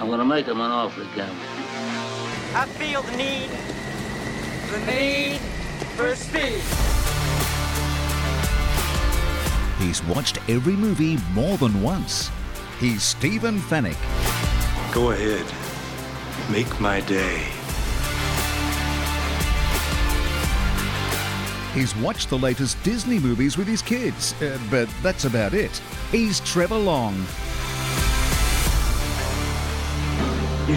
I'm gonna make him an offer again. I feel the need, the need for speed. He's watched every movie more than once. He's Stephen Fennick. Go ahead. Make my day. He's watched the latest Disney movies with his kids, uh, but that's about it. He's Trevor Long. You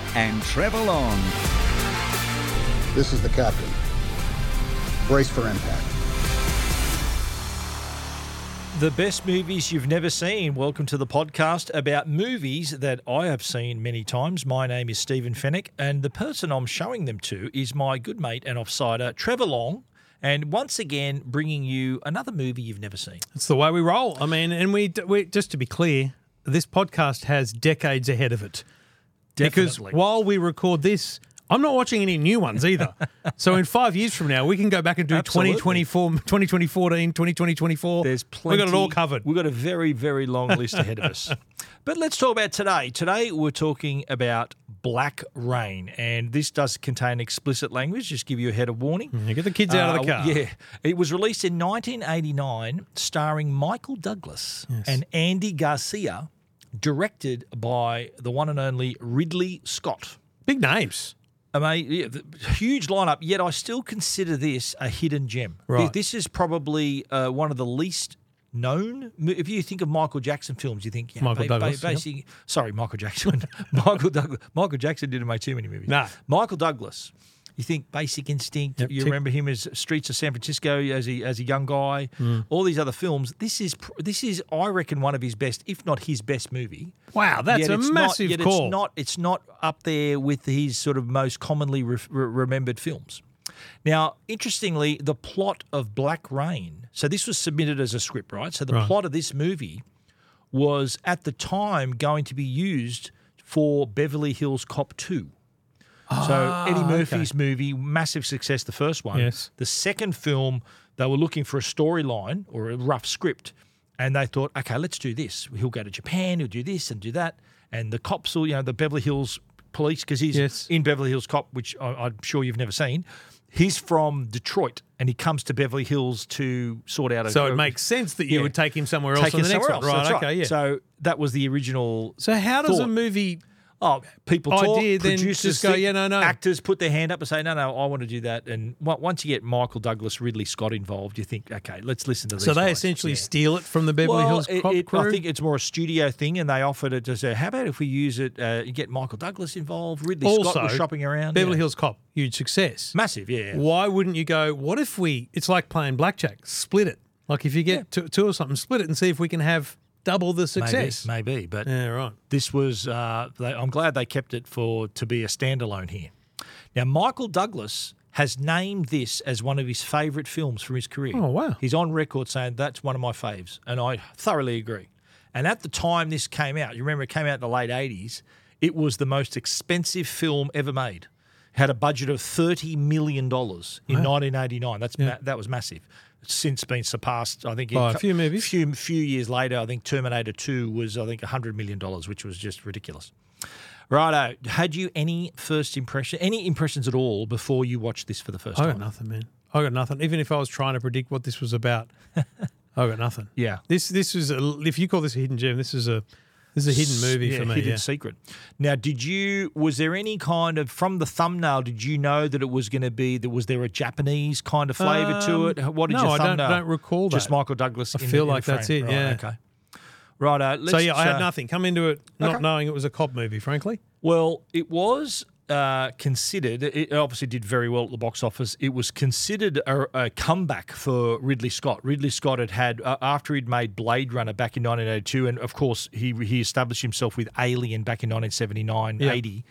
and Trevor Long. This is the captain. Brace for impact. The best movies you've never seen. Welcome to the podcast about movies that I have seen many times. My name is Stephen Fennick, and the person I'm showing them to is my good mate and offsider, Trevor Long. And once again, bringing you another movie you've never seen. It's the way we roll. I mean, and we, d- we just to be clear, this podcast has decades ahead of it. Because Definitely. while we record this, I'm not watching any new ones either. so in five years from now, we can go back and do Absolutely. 2024, 2014, 2020, 24. There's plenty. We've got it all covered. We've got a very, very long list ahead of us. But let's talk about today. Today we're talking about Black Rain, and this does contain explicit language. Just give you a head of warning. Yeah, get the kids out of the Uh, car. Yeah. It was released in 1989, starring Michael Douglas and Andy Garcia, directed by the one and only Ridley Scott. Big names. I mean, yeah, the- huge lineup. Yet I still consider this a hidden gem. Th- Right. This is probably uh, one of the least known. mo- If you think of Michael Jackson films, you think yeah, Michael Douglas, yep. basically- sorry, Michael Jackson. Michael Douglas. Michael Jackson didn't make too many movies. Nah. Michael Douglas. You think Basic Instinct. Yep, you tick. remember him as Streets of San Francisco as a as a young guy. Mm. All these other films. This is pr- this is I reckon one of his best, if not his best movie. Wow, that's Yet a it's massive not, yet call. It's not, it's not up there with his sort of most commonly re- re- remembered films. Now, interestingly, the plot of Black Rain. So this was submitted as a script, right? So the plot of this movie was at the time going to be used for Beverly Hills Cop 2. So Eddie Murphy's movie, massive success, the first one. Ah, Yes. The second film, they were looking for a storyline or a rough script, and they thought, okay, let's do this. He'll go to Japan, he'll do this and do that, and the cops will, you know, the Beverly Hills police, because he's Yes. in Beverly Hills Cop, which I, I'm sure you've never seen. He's from Detroit, and he comes to Beverly Hills to sort out. A, so a- it makes sense that you Yeah. would take him somewhere else take on it the next somewhere one. else. Right, That's okay, yeah. So, So that was the original. how does a thought. movie Oh, people talk. idea, then producers just go, think, "Yeah, no, no." Actors put their hand up and say, "No, no, I want to do that." And on- once you get Michael Douglas, Ridley Scott involved, you think, "Okay, let's listen to." These So they guys." essentially Yeah. steal it from the Beverly well, Hills it- Cop it- crew. I think it's more a studio thing, and they offered it to say, "How about if we use it? Uh, you get Michael Douglas involved. Ridley Scott was shopping around. Beverly yeah. Hills Cop, huge success. massive, yeah. Why wouldn't you go? What if we? It's like playing blackjack. Split it. Like if you get two, two or something, split it and see if we can have double the success. maybe, maybe, but Yeah, right. this was uh, they, i'm glad they kept it for to be a standalone here now michael douglas has named this as one of his favourite films from his career Oh, wow. he's on record saying that's one of my faves and i thoroughly agree and at the time this came out you remember it came out in the late 80s it was the most expensive film ever made had a budget of $30 million in 1989 that's ma- that was massive since been surpassed i think in By a cou- few movies. few few years later, I think Terminator Two was I think hundred million dollars, which was just ridiculous. Righto, had you any first impression, any impressions at all before you watched this for the first I time? got nothing, man. I got nothing. Even if I was trying to predict what this was about, I got nothing. Yeah. This this is a, if you call this a hidden gem, this is a This is a hidden s- movie yeah, for me. Hidden yeah. secret. Now, did you? Was there any kind of from the thumbnail? Did you know that it was going to be? That was there a Japanese kind of flavour to Um, it? What did no, your I don't- thumbnail? don't recall Just that. Michael Douglas. I in the- feel in the like that's frame. it, Right, yeah. Okay. Right. Uh, So yeah, I had uh, nothing. Come into it not Okay. knowing it was a cop movie, frankly. Well, it was uh, considered. It obviously did very well at the box office. It was considered a, a comeback for Ridley Scott. Ridley Scott had had uh, after he'd made Blade Runner back in 1982, and of course he he established himself with Alien back in 1979, Yeah. 80.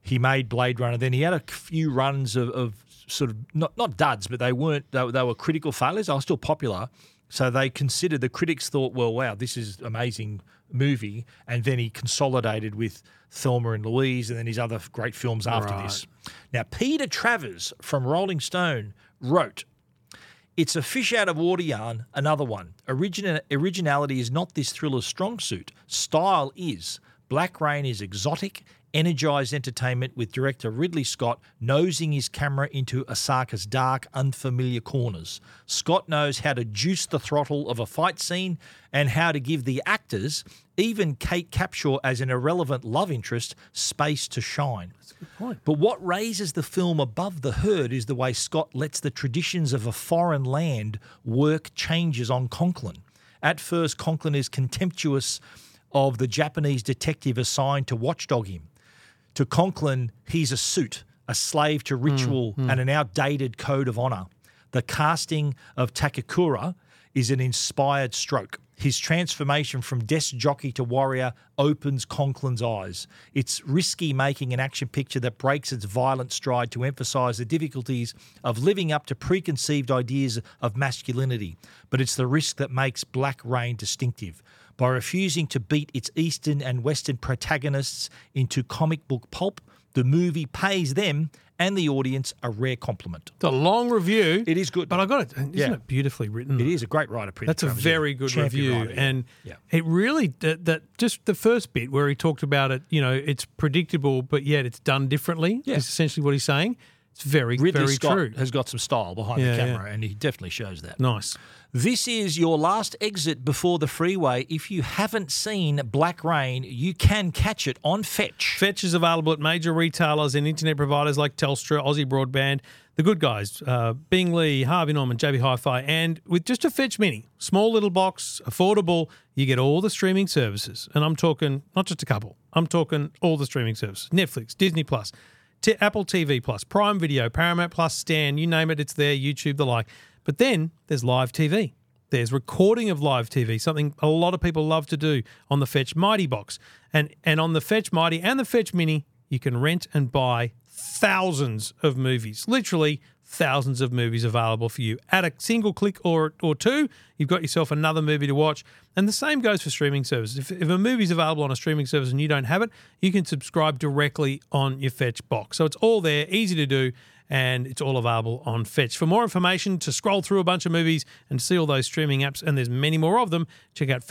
He made Blade Runner. Then he had a few runs of, of sort of not not duds, but they weren't. They, they were critical failures. They were still popular. So they considered the critics thought, well, wow, this is amazing movie, and then he consolidated with Thelma and Louise, and then his other great films after this. Now, Peter Travers from Rolling Stone wrote, "It's a fish out of water yarn. Another one. Origina- originality is not this thriller's strong suit. Style is. Black Rain is exotic." Energized entertainment with director Ridley Scott nosing his camera into Osaka's dark, unfamiliar corners. Scott knows how to juice the throttle of a fight scene and how to give the actors, even Kate Capshaw as an irrelevant love interest, space to shine. But what raises the film above the herd is the way Scott lets the traditions of a foreign land work changes on Conklin. At first, Conklin is contemptuous of the Japanese detective assigned to watchdog him. To Conklin, he's a suit, a slave to ritual and an outdated code of honor. The casting of Takakura is an inspired stroke. His transformation from desk jockey to warrior opens Conklin's eyes. It's risky making an action picture that breaks its violent stride to emphasize the difficulties of living up to preconceived ideas of masculinity, but it's the risk that makes Black Rain distinctive by refusing to beat its Eastern and Western protagonists into comic book pulp, the movie pays them and the audience a rare compliment. It's a long review. It is good, but though. I got it. Isn't Yeah. it beautifully written? It is a great writer, Peter That's a Travers, very yeah. good Champion review, writer, yeah. and Yeah. it really that, that just the first bit where he talked about it. You know, it's predictable, but yet it's done differently. Yeah. Is essentially what he's saying. It's very, Ridley very Scott true. has got some style behind Yeah, the yeah. camera, and he definitely shows that. Nice. This is your last exit before the freeway. If you haven't seen Black Rain, you can catch it on Fetch. Fetch is available at major retailers and internet providers like Telstra, Aussie Broadband, The Good Guys, uh, Bing Lee, Harvey Norman, JB Hi-Fi, and with just a Fetch Mini, small little box, affordable, you get all the streaming services, and I'm talking not just a couple. I'm talking all the streaming services: Netflix, Disney Plus, T- Apple TV Plus, Prime Video, Paramount Plus, Stan, you name it, it's there. YouTube, the like. But then there's live TV. There's recording of live TV, something a lot of people love to do on the Fetch Mighty box. And and on the Fetch Mighty and the Fetch Mini, you can rent and buy thousands of movies. Literally thousands of movies available for you at a single click or or two. You've got yourself another movie to watch. And the same goes for streaming services. If, if a movie's available on a streaming service and you don't have it, you can subscribe directly on your Fetch box. So it's all there, easy to do and it's all available on Fetch. For more information, to scroll through a bunch of movies and see all those streaming apps, and there's many more of them, check out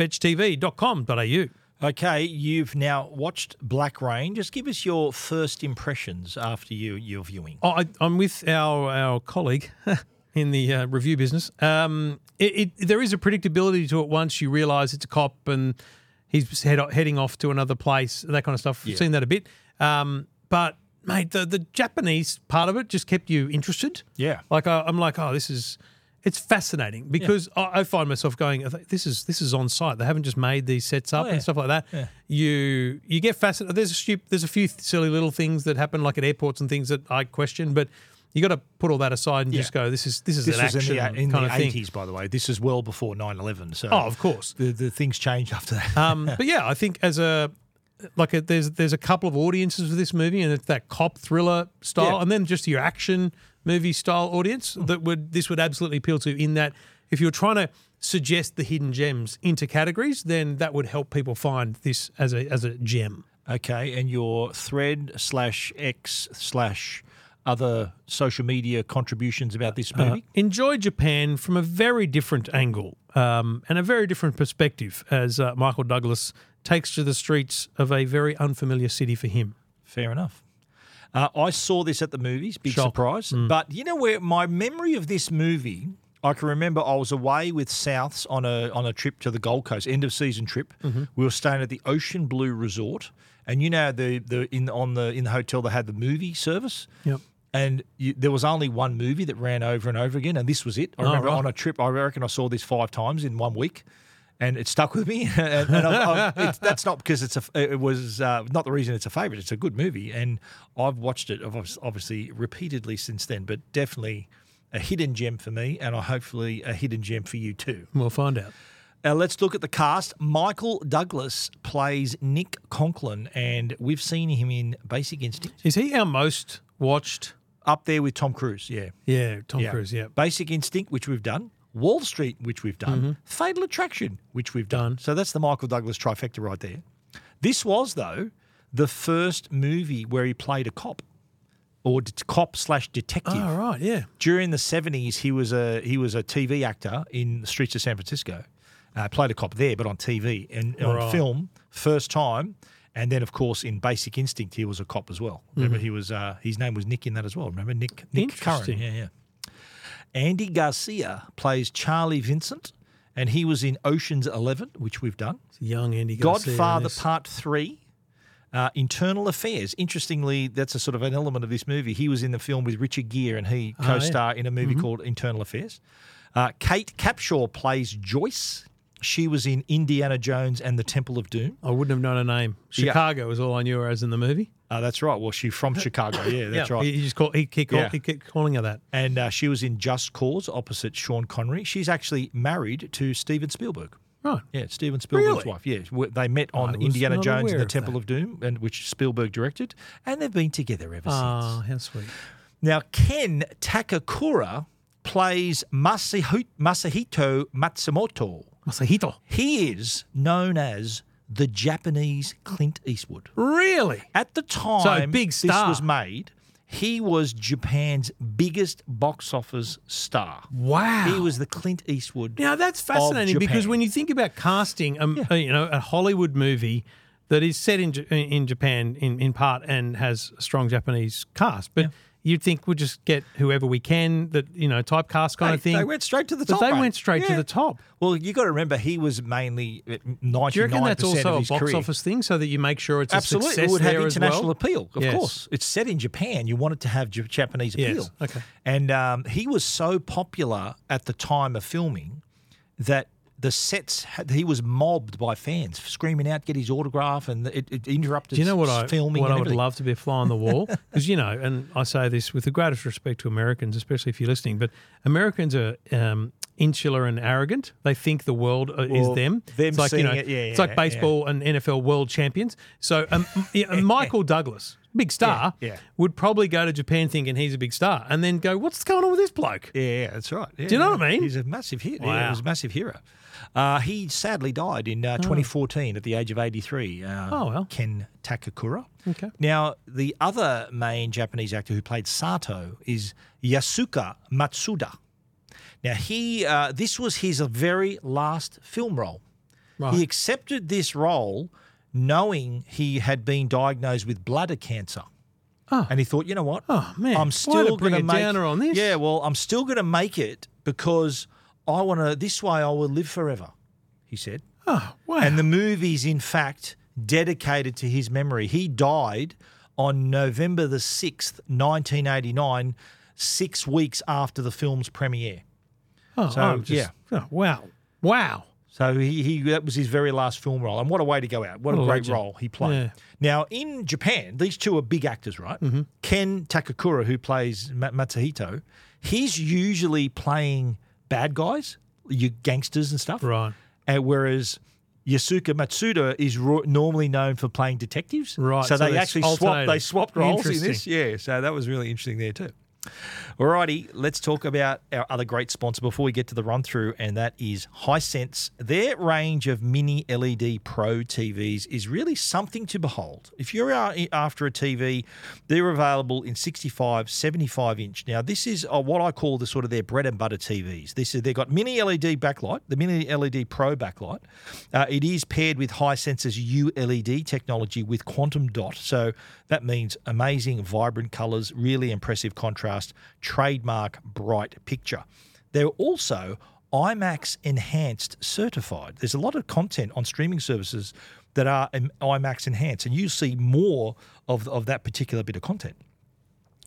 fetchtv.com.au. Okay, you've now watched Black Rain. Just give us your first impressions after you your viewing. Oh, I, I'm with our our colleague in the uh, review business. Um, it, it, there is a predictability to it once you realise it's a cop and he's head, heading off to another place, that kind of stuff. I've seen that a bit, um, but mate, the the Japanese part of it just kept you interested. Yeah. like I, I'm like, oh, this is. It's fascinating because I, I find myself going, this is this is on site. They haven't just made these sets up Oh, yeah. and stuff like that. You you get fascinated. There's a few, there's a few silly little things that happen like at airports and things that I question, but you got to put all that aside and Yeah. just go. This is this is This an was action in the, in kind the of thing. 80s, by the way. This is well before 9 11. So Oh, of course. The, the things changed after that. Um, but yeah, I think as a like a, there's there's a couple of audiences for this movie, and it's that cop thriller style, Yeah. and then just your action movie style audience that would this would absolutely appeal to. In that, if you're trying to suggest the hidden gems into categories, then that would help people find this as a as a gem. Okay, and your thread slash X slash other social media contributions about this movie? enjoy Japan from a very different angle um, and a very different perspective as uh, Michael Douglas takes to the streets of a very unfamiliar city for him. Fair enough. Uh, I saw this at the movies, big Shock. surprise. But you know where my memory of this movie, I can remember I was away with Souths on a on a trip to the Gold Coast, end of season trip. We were staying at the Ocean Blue Resort, and you know the the in on the in the hotel they had the movie service. Yep. And you, there was only one movie that ran over and over again, and this was it. I remember right. on a trip, I reckon I saw this five times in one week, and it stuck with me. and and I, I, it's that's not because it's a, it was uh, not the reason it's a favourite. It's a good movie, and I've watched it obvi- obviously repeatedly since then. But definitely a hidden gem for me, and I hopefully a hidden gem for you too. We'll find out. Uh, let's look at the cast. Michael Douglas plays Nick Conklin, and we've seen him in Basic Instinct. Is he our most watched? Up there with Tom Cruise, yeah. Yeah, Tom Yeah. Cruise. Yeah, Basic Instinct, which we've done. Wall Street, which we've done. Fatal Attraction, which we've Mm-hmm. done. Done. So that's the Michael Douglas trifecta right there. This was, though, the first movie where he played a cop or det- cop slash detective. All Ah, right. Yeah. During the 70s, he was a he was a TV actor in the streets of San Francisco. Uh, played a cop there, but on TV and on Right. film, first time. And then, of course, in Basic Instinct, he was a cop as well. Remember, he was uh, his name was Nick in that as well. Remember, Nick Nick Curran. Mm-hmm. Interesting. Yeah, yeah. Andy Garcia plays Charlie Vincent, and he was in Ocean's Eleven, which we've done. It's young Andy. Garcia in Godfather this. Part Three, uh, Internal Affairs. Interestingly, that's a sort of an element of this movie. He was in the film with Richard Gere, and he Oh, yeah. Mm-hmm. co-star in a movie called Internal Affairs. Uh, Kate Capshaw plays Joyce. She was in Indiana Jones and the Temple of Doom. I wouldn't have known her name. Yeah. Chicago is all I knew her as in the movie. Uh, that's right. Well, she's from Chicago. Yeah, that's right. He, he just called. He, he, called, Yeah. he kept calling her that. And uh, she was in Just Cause opposite Sean Connery. She's actually married to Steven Spielberg. Right. Yeah, Steven Spielberg's Really? wife. Yeah, w- they met on was Indiana not Jones and aware the of Temple that. of Doom, and which Spielberg directed, and they've been together ever Ah, since. how sweet. Now, Ken Takakura plays Masahu- Masahito Matsumoto. Masahito. He is known as the Japanese Clint Eastwood. Really? At the time big this star. was made, he was Japan's biggest box office star. Wow. He was the Clint Eastwood. Now that's of fascinating because Japan. when you think about casting, um, uh, you know, a Hollywood movie that is set in J- in Japan in, in part and has a strong Japanese cast, but you'd think we'll just get whoever we can that you know typecast kind They- of thing. they went straight to the But top, They mate. went straight Yeah. to the top. Well, you got to remember he was mainly uh, ninety-nine Do you reckon that's percent also of a his box career. office thing so that you make sure it's a Absolutely, success it would have there as international well? appeal. Of Yes. course, it's set in Japan. You want it to have J- Japanese Yes, appeal. okay. And um, he was so popular at the time of filming that the sets had, he was mobbed by fans screaming out, "Get his autograph!" and it, it interrupted. Do you know what s- I filming? what and I would everything. love to be a fly on the wall because you know, and I say this with the greatest respect to Americans, especially if you're listening, but Americans are um, insular and arrogant. They think the world uh, Well, is them. them it's like you seeing know, it, yeah, it's yeah, like baseball and NFL world champions. So um, yeah, and Michael Douglas, big star, Yeah, yeah. would probably go to Japan thinking he's a big star, and then go, "What's going on with this bloke?" Yeah, yeah, that's right. Yeah, Do you know what I yeah. mean? He's a massive hit. Yeah, he Wow. was a massive hero. Uh, he sadly died in uh, 2014 at the age of 83. Uh, Oh, well. Ken Takakura. Okay. Now, the other main Japanese actor who played Sato is Yasuka Matsuda. Now, he uh, this was his very last film role. He accepted this role knowing he had been diagnosed with bladder cancer. And he thought, you know what? Oh, Ah. man. Why I'm to still bring going to a make downer on this? Yeah, well, I'm still going to make it because I want to. This way, I will live forever. He said. Oh, wow. And the movie's in fact dedicated to his memory. He died on November the 6th, 1989, six weeks after the film's premiere. oh, so, I'm just- oh, wow, wow. So he, he that was his very last film role. And what a way to go out. What, What a a great legend. role he played. Yeah. Mm-hmm. Now, in Japan, these two are big actors, right? Ken Takakura, who plays Ma- Matsuhito, he's usually playing bad guys, you gangsters and stuff. Right. Uh, whereas Yasuka Matsuda is ro- normally known for playing detectives. Right, So, so they they actually swapped, alternated. they swapped roles in this. Interesting. Yeah. So that was really interesting there, too. Alrighty, let's talk about our other great sponsor before we get to the run through, and that is Hisense. Their range of mini LED Pro TVs is really something to behold. If you're out after a TV, they're available in 65, 75 inch. Now, this is uh, what I call the sort of their bread and butter TVs. This is they've got mini LED backlight, the mini LED Pro backlight. Uh, it is paired with Hisense's ULED E technology with quantum dot, so that means amazing, vibrant colors, really impressive contrast, trademark bright picture. They're also IMAX enhanced certified. There's a lot of content on streaming services that are um, IMAX enhanced, and you see more of, of that particular bit of content.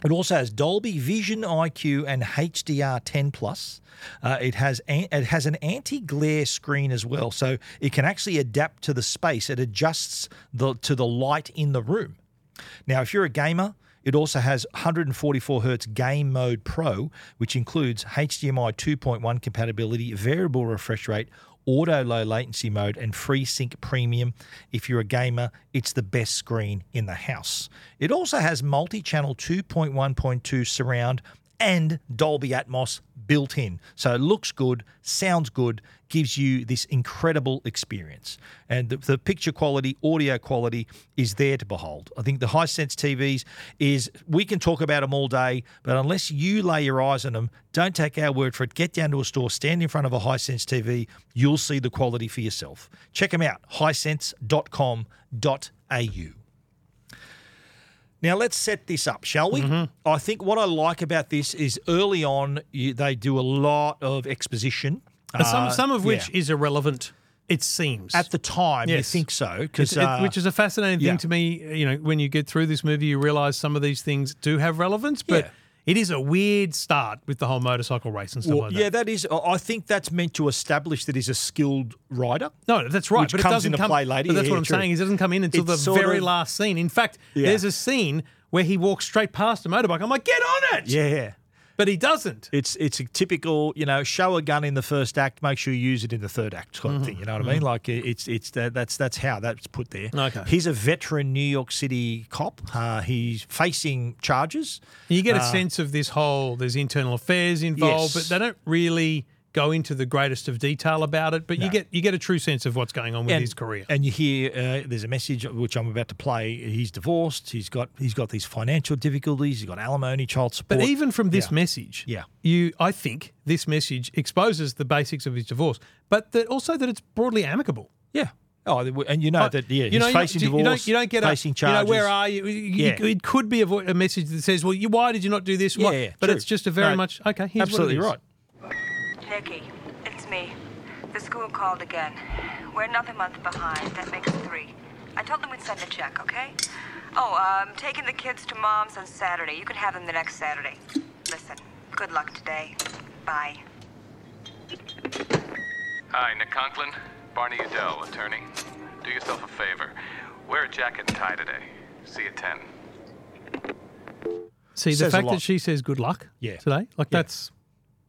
It also has Dolby Vision IQ and HDR 10 plus. Uh, it has an, it has an anti-glare screen as well, so it can actually adapt to the space. It adjusts the to the light in the room. Now, if you're a gamer, it also has 144 hertz Game Mode Pro, which includes HDMI 2.1 compatibility, variable refresh rate, auto low latency mode, and FreeSync Premium. If you're a gamer, it's the best screen in the house. It also has multi channel 2.1.2 surround and Dolby Atmos built in. So it looks good, sounds good, gives you this incredible experience. And the, the picture quality, audio quality is there to behold. I think the Hisense TVs is, we can talk about them all day, but unless you lay your eyes on them, don't take our word for it. Get down to a store, stand in front of a Hisense TV, you'll see the quality for yourself. Check them out, hisense.com.au. Now let's set this up, shall we? Mm-hmm. I think what I like about this is early on you, they do a lot of exposition. And some Uh, some of which yeah. is irrelevant. It seems at the time you Yes. think so uh, It's- because it- which is a fascinating yeah. thing to me. uh, You know, when you get through this movie, you realize some of these things do have relevance, but Yeah. it is a weird start with the whole motorcycle race and stuff well, like yeah, that. that is. I I think that's meant to establish that he's a skilled rider. No, that's right. Which but it comes doesn't into come, play later. But that's Yeah, what I'm true. saying. is It doesn't come in until It's the sort very of- last scene. In fact, Yeah. there's a scene where he walks straight past a motorbike. I'm like, get on it! Yeah, But he doesn't. it's it's a typical you know show a gun in the first act, make sure you use it in the third act Mm-hmm. type thing. You know what I mean? Like it- it's it's that, that's that's how that's put there. Okay. he's a veteran New York City cop. Uh, he's facing charges. You get a sense of this whole, there's internal affairs Uh, involved, Yes. but they don't really go into the greatest of detail about it. But you get you get a true sense of what's going on with his career. And you hear uh, there's a message which I'm about to play. He's divorced. He's got he's got these financial difficulties. He's got alimony, child support. But even from this Yeah. message, Yeah. you I think this message exposes the basics of his divorce, but that also that it's broadly amicable. yeah. Oh, they were- and you know that yeah, he's facing you, divorce. you don't, you don't get facing a, charges. You know, where are you? You- Yeah. It could be a, vo- a message that says, "Well, you, why did you not do this?" Why- Yeah, yeah, but true. it's just a very No, much okay. Here's absolutely what it is. right. Nikki, it's me. The school called again. We're another month behind. That makes three. I told them we'd send a check, okay? Oh, I'm taking the kids to mom's on Saturday. You can have them the next Saturday. Listen, good luck today. Bye. Hi, Nick Conklin, Barney Udell, attorney. Do yourself a favor. Wear a jacket and tie today. See you at 10. See the Says a fact that lot. she says "good luck" Yeah. today, like that's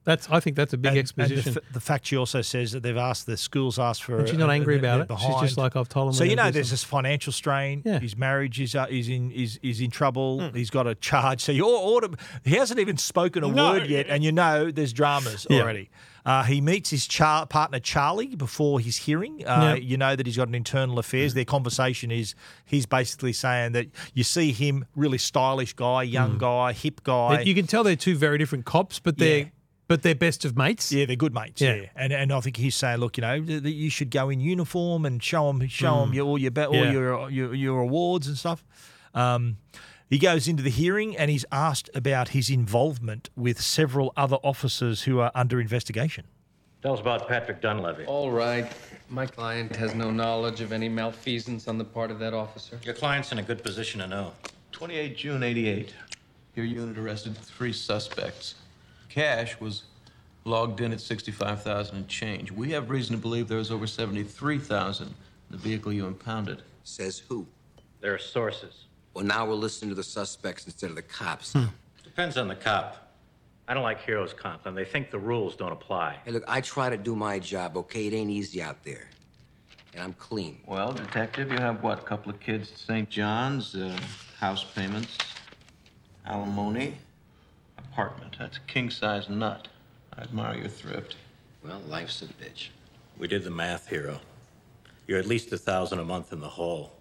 that's I think that's a big And- and the exposition. f- the, fact she also says that they've asked the schools asked for. And she's not a- angry a- about they're it. She's just behind. like, "I've told 'em So we're you gonna know, do there's this financial strain. Yeah. Hmm. His marriage is uh, is in is is in trouble. He's got a charge. So you order. He hasn't even spoken a No. word yet, and you know there's dramas Yeah. already. Uh, he meets his char- partner Charlie before his hearing. Uh, Yeah. Mm. You know that he's got an internal affairs. Their conversation is he's basically saying that you see him really stylish guy, young guy, hip guy. Mm. you can tell they're two very different cops, but they're Yeah. but they're best of mates. Yeah, they're good mates. Yeah, Yeah. and and I think he's saying, look, you know, th- that you should go in uniform and show them, show 'em your, all your be- all Hmm. Yeah. your, your your awards and stuff. Um, he goes into the hearing and he's asked about his involvement with several other officers who are under investigation. Tell us about Patrick Dunleavy. All right. My client has no knowledge of any malfeasance on the part of that officer. Your client's in a good position to know. 28 June 88. Your unit arrested three suspects. Cash was logged in at 65,000 and change. We have reason to believe there was over 73,000 in the vehicle you impounded. Says who? There are sources. Well, now we'll listen to the suspects instead of the cops. Depends on the cop. I don't like heroes, Conklin. They think the rules don't apply. Hey, look, I try to do my job, okay? It ain't easy out there. And I'm clean. Well, detective, you have what? A couple of kids at St. John's, uh, house payments, alimony, apartment. That's a king size nut. I admire your thrift. Well, life's a bitch. We did the math, hero. You're at least a thousand a month in the hole.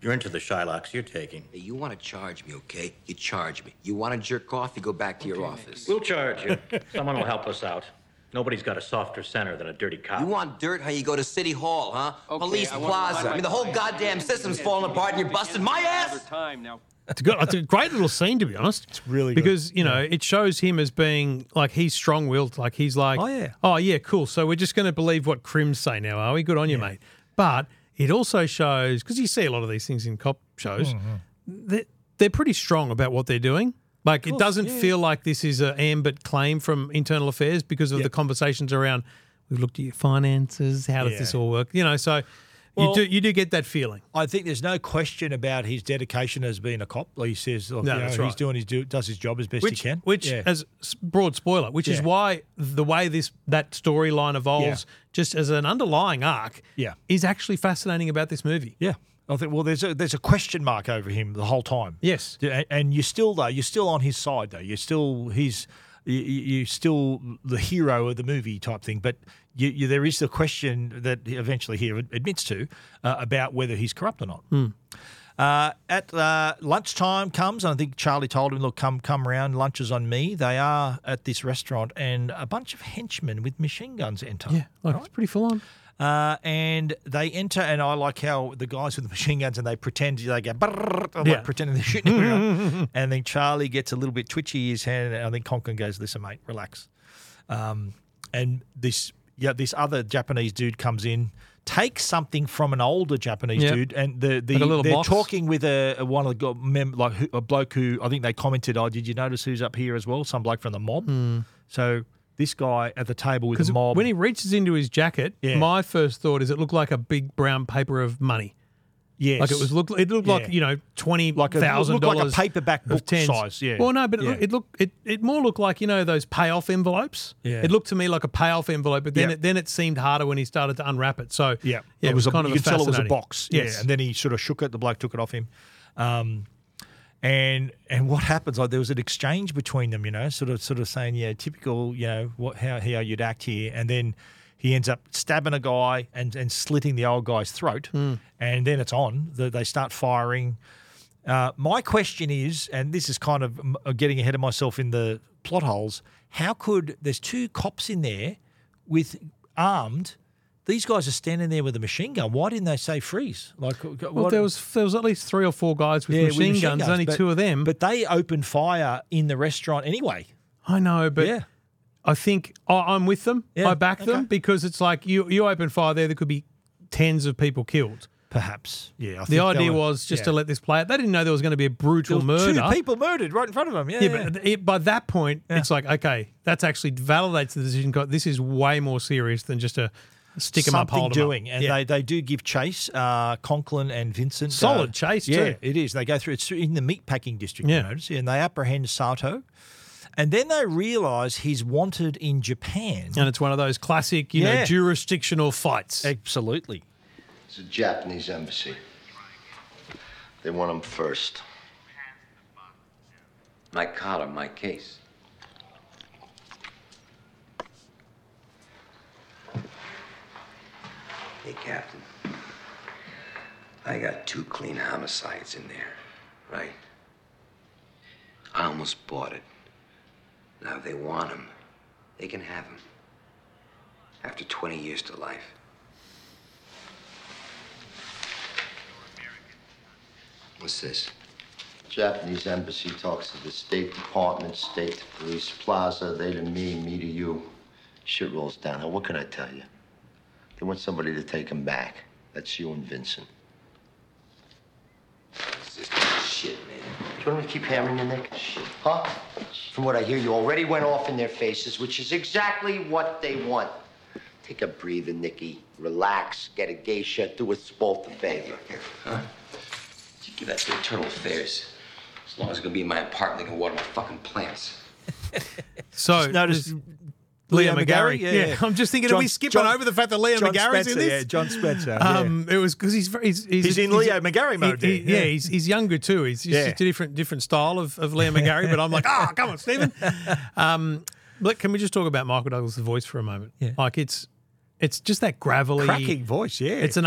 You're into the Shylocks you're taking. Hey, you want to charge me, okay? You charge me. You want to jerk off, you go back to your office. We'll charge you. Someone will help us out. Nobody's got a softer center than a dirty cop. You want dirt how you go to City Hall, huh? Police I want- Plaza. I, mean, the whole goddamn system's falling apart and you're busting my ass! It's good. It's a great little scene, to be honest. It's really because you know it shows him as being like he's strong-willed. Like he's like, oh yeah, oh yeah, cool. So we're just going to believe what crims say now, are we? Good on you, mate. But it also shows because you see a lot of these things in cop shows. Mhm. They're, they're pretty strong about what they're doing. Like Of it course, doesn't yeah. feel like this is an ambit claim from internal affairs because of the conversations around. We've looked at your finances. How does Yeah. this all work? You know, so Well- you do you do get that feeling. I think there's no question about his dedication as being a cop. Like he says, like, No, you know, that's he's right. doing his do, does his job as best which, he can. Which, Yeah. as s- broad spoiler, which is Yeah. why the way this that storyline evolves, just as an underlying arc, yeah. is actually fascinating about this movie. Yeah. I think well, there's a there's a question mark over him the whole time. Yes, and you're still though you're still on his side though. You're still he's you- you- you're still the hero of the movie type thing. But you, you, there is the question that he eventually here admits to uh, about whether he's corrupt or not. Uh, at uh, lunchtime comes, and I think Charlie told him, "Look, come come round. Lunch is on me." They are at this restaurant, and a bunch of henchmen with machine guns enter. Yeah, Like, It's pretty full on. uh, and they enter, and I like how the guys with the machine guns and they pretend they go, brrrr, like Yeah. pretending they're shooting everyone. and then Charlie gets a little bit twitchy his hand, and I think Conklin goes, "Listen, mate, relax." Um, and this yeah, this other Japanese dude comes in, takes something from an older Japanese Yeah. dude, and the the Like a little they're box. talking with a, a one of the go- mem- like who- a bloke who I think they commented, "Oh, did you notice who's up here as well? Some bloke from the mob." So. This guy at the table with the mob. Hmm. When he reaches into his jacket, my first thought is it looked like a big brown paper of money. Yes. like it was looked. It looked Yeah. like you know twenty Like a- thousand looked like a dollars, paperback book tens. size, yeah. Well, no, but Yeah. it, it looked it, it more looked like you know those payoff envelopes. Yeah. It looked to me like a payoff envelope, but then Yeah. it, then it seemed harder when he started to unwrap it. So Yeah, yeah, it was, kind a, of you could tell it was a fascinating. box. Yes. Yeah, and then he sort of shook it. The bloke took it off him. Um, and and what happens? Like there was an exchange between them, you know, sort of sort of saying, yeah, typical, you know, what how how you'd act here, and then he ends up stabbing a guy and and slitting the old guy's throat, and then it's on. The, they start firing. Uh, my question is, and this is kind of m- uh, getting ahead of myself in the plot holes. How could there's two cops in there with armed? These guys are standing there with a machine gun. Why didn't they say freeze? Like, uh, well, what- there was there was at least three or four guys with Yeah, machine guns, only but- two of them. But they opened fire in the restaurant anyway. I know, but Yeah. I think I, I'm with them. Yeah, I back them because it's like you you open fire there, there could be tens of people killed. Perhaps, yeah. I the think they idea were- was just to yeah. let this play out. They didn't know there was going to be a brutal There was murder. Two people murdered right in front of them. Yeah, Yeah, but it, by that point, it's like okay, that's actually validates the decision. co- This is way more serious than just a stick 'em up, Something hold 'em doing, up. and they, they do give chase. Uh, Conklin and Vincent, uh, Solid chase, Yeah, too. it is. They go through. It's in the meatpacking district. Yeah. you notice, and they apprehend Sato, and then they realise he's wanted in Japan. and it's one of those classic, you know, Yeah. jurisdictional fights. Absolutely. It's a Japanese embassy. They want him first. My collar, my case. Hey, Captain. I got two clean homicides in there, right? I almost bought it. Now, if they want him, they can have him. After 20 years to life. What's this? Japanese embassy talks to the State Department, State to Police Plaza, they to me, me to you. Shit rolls downhill. What can I tell you? They want somebody to take him back. That's you and Vincent. Shit, man. Do you want me to keep hammering your neck? Shit. Huh? From what I hear, you already went off in their faces, which is exactly what they want. Take a breather, Nicky. Relax. Get a geisha. Do us both a favor. Huh? You give that to internal affairs. As long as it's gonna be in my apartment, they can water my fucking plants. So Just noticed there's Leo Leo McGarry, McGarry. yeah, yeah. I'm just thinking, John- are we skipping John- over the fact that Leo John McGarry's Spencer, in this? yeah, John Spencer, yeah. Um, It was because he's very he's, He's in Leo McGarry mode he- he- there, yeah. yeah. he's he's younger too. He's, he's Yeah. just a different different style of, of Leo McGarry. But I'm like, ah, come on, Stephen. Um, but can we just talk about Michael Douglas' voice for a moment? Yeah. Like it's It's just that gravelly cracking voice. Yeah, it's an But he could-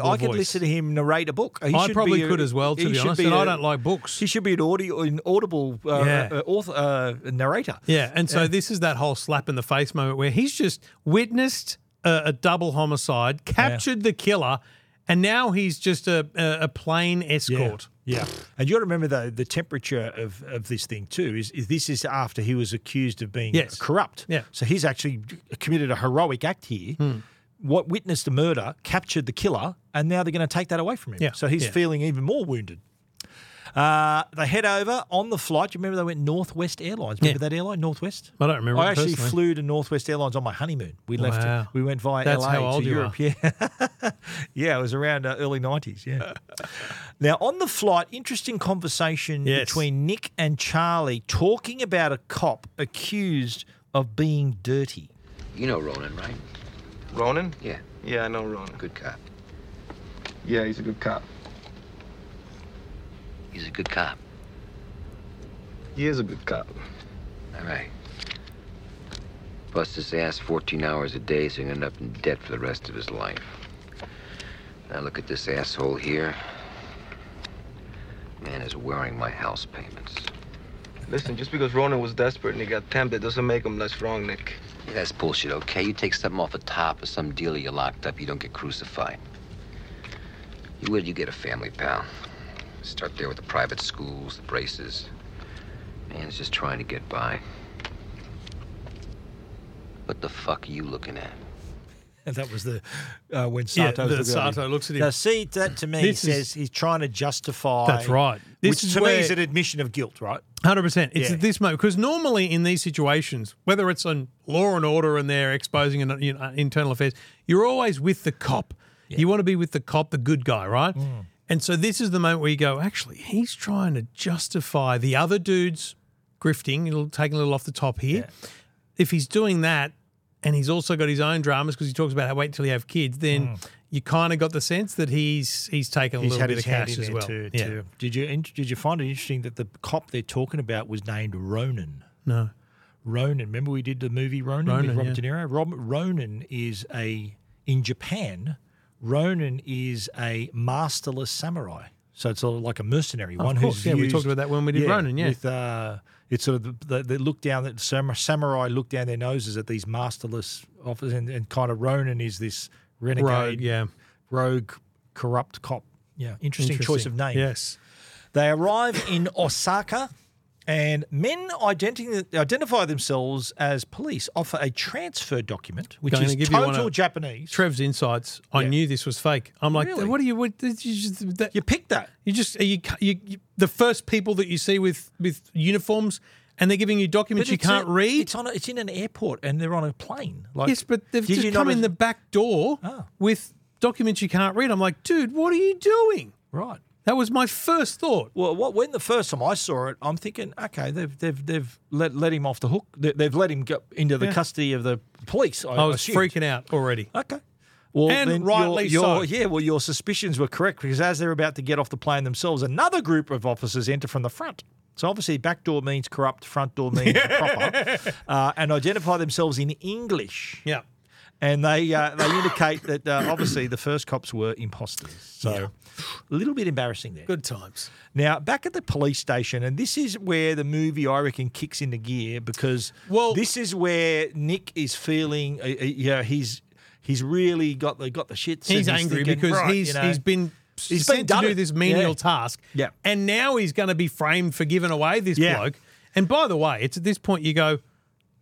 unbelievable. I could voice. listen to him narrate a book. He I should probably be a- could as well, to he be should honest. and I I I don't like books. He should be an audio, an audible uh, Yeah. uh, author, uh, narrator. Yeah, and so Yeah. this is that whole slap in the face moment where he's just witnessed a, a double homicide, captured the killer, and now he's just a a, a plain escort. Yeah. And you got to remember though the temperature of, of this thing too is, is this is after he was accused of being Yes. corrupt. Yeah. Hmm. So he's actually committed a heroic act here. What witnessed the murder, captured the killer, and now they're going to take that away from him. Yeah. So he's Yeah. feeling even more wounded. Uh, they head over on the flight. Do you remember they went Northwest Airlines? Remember that airline, Northwest? I don't remember I it actually personally. flew to Northwest Airlines on my honeymoon. We left. Wow. We went via That's LA how old to you are. Europe. Yeah. Yeah, it was around uh, early 90s. Yeah. now, on the flight, interesting conversation Yes. between Nick and Charlie talking about a cop accused of being dirty. You know Ronan, right? Ronan? Yeah. Yeah, I know Ronan. Good cop. Yeah, he's a good cop. He's a good cop. He is a good cop. All right. Bust his ass 14 hours a day, so he'll end up in debt for the rest of his life. Now look at this asshole here. Man is wearing my house payments. Listen, just because Ronan was desperate and he got tempted doesn't make him less wrong, Nick. Yeah, that's bullshit, okay? You take something off the top of some dealer you locked up, you don't get crucified. You would, you get a family, pal. Start there with the private schools, the braces. Man's just trying to get by. What the fuck are you looking at? And that was the uh, when Yeah, Sato the Sato looks at him. Now, see that to me This says is- he's trying to justify. That's right. This which is to me where- is an admission of guilt, right? Hundred percent. It's Yeah. at this moment because normally in these situations, whether it's on Law and Order and they're exposing an, you know, internal affairs, you're always with the cop. You want to be with the cop, the good guy, right? Mm. And so this is the moment where you go, actually, he's trying to justify the other dude's grifting. It'll take a little off the top here. If he's doing that, and he's also got his own dramas because he talks about how wait until you have kids, then you kind of got the sense that he's he's taken a Mm. He's little had bit his of hand cash in as there well. too, yeah. too. Did you did you find it interesting that the cop they're talking about was named Ronan? No. Ronan. Remember we did the movie Ronan, with Ronin, Robert yeah. De Niro. Rob, Ronan is a in Japan. Ronan is a masterless samurai. So it's sort of like a mercenary, Of one course, who's yeah, we used- talked about that when we did Ronin, yeah. with, uh, it's sort of the, the, they look down that sam- samurai look down their noses at these masterless officers, and, and kind of Ronan is this renegade, Rogue, yeah. rogue, corrupt cop. Yeah, interesting, choice Interesting. of name. Yes. They arrive in Osaka, and men identi- identify themselves as police offer a transfer document, which Gonna is give you one total of- Japanese. Trev's insights. I knew this was fake. I'm like, Really? what are you? What did you just? That, you picked that. You just are you, you, you the first people that you see with with uniforms, and they're giving you documents you it's can't a- read. It's on. A, it's in an airport, and they're on a plane. Like, yes, but they've did just you come not in have- the back door Ah. with documents you can't read. I'm like, dude, what are you doing? right. That was my first thought. Well, what, when the first time I saw it, I'm thinking, okay, they've they've they've let, let him off the hook. They, they've let him go into the Yeah. custody of the police. I, I was assumed. Oh, freaking out already. Okay. Well, And then rightly your, your, so. Yeah, well, your suspicions were correct because as they're about to get off the plane themselves, another group of officers enter from the front. So obviously, back door means corrupt, front door means proper, uh, and identify themselves in English. Yeah. And they uh, they indicate that uh, obviously the first cops were imposters. So a little bit embarrassing there. Good times. Now back at the police station, and this is where the movie I reckon kicks into gear because Well- this is where Nick is feeling, uh, uh, you know, he's he's really got the got the shits. and he's angry thinking, because right, he's you know, he's been He's sent been to done do it. this menial Yeah. task. Yeah. And now he's going to be framed for giving away this Yeah. bloke. And by the way, it's at this point you go,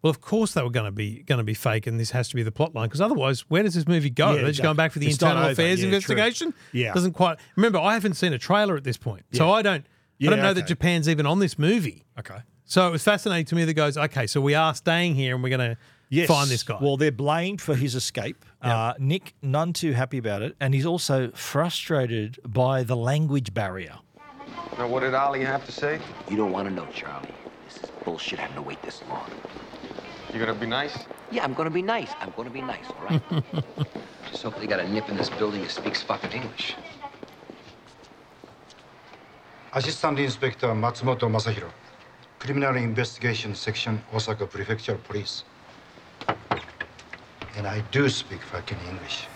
well, of course they were going to be going to be fake, and this has to be the plot line because otherwise, where does this movie go? Yeah, They're just going exactly. back for the It's not internal over. affairs Yeah, true. investigation. Yeah. Doesn't quite remember. I haven't seen a trailer at this point, so Yeah. I don't. Yeah, I don't know okay. that Japan's even on this movie. okay. So it was fascinating to me that goes, okay, so we are staying here and we're going to Yes. find this guy. Well, they're blamed for his escape. Uh, Nick, none too happy about it, and he's also frustrated by the language barrier. Now, what did Ollie have to say? You don't want to know, Charlie. This is bullshit having to wait this long. You gonna be nice? Yeah, I'm gonna be nice. I'm gonna be nice, all right? Just hope they got a nip in this building that speaks fucking English. Assistant Inspector Matsumoto Masahiro, Criminal Investigation Section, Osaka Prefecture Police. And I do speak fucking English.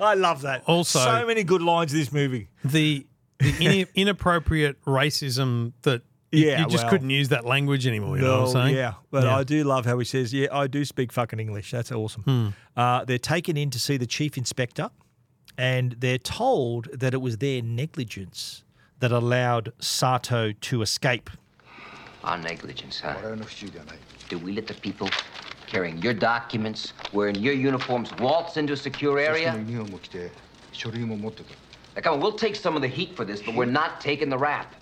I love that. Also- so many good lines in this movie. The the in, inappropriate racism that you, Yeah, you just well. couldn't use that language anymore. You know what I'm saying? Yeah, but Yeah. I do love how he says, "Yeah, I do speak fucking English." That's awesome. Hmm. Uh, they're taken in to see the chief inspector, and they're told that it was their negligence that allowed Sato to escape. Our negligence, huh? Did we let the people carrying your documents, wearing your uniforms, waltz into a secure area? Now, come on, we'll take some of the heat for this, but we're not taking the rap.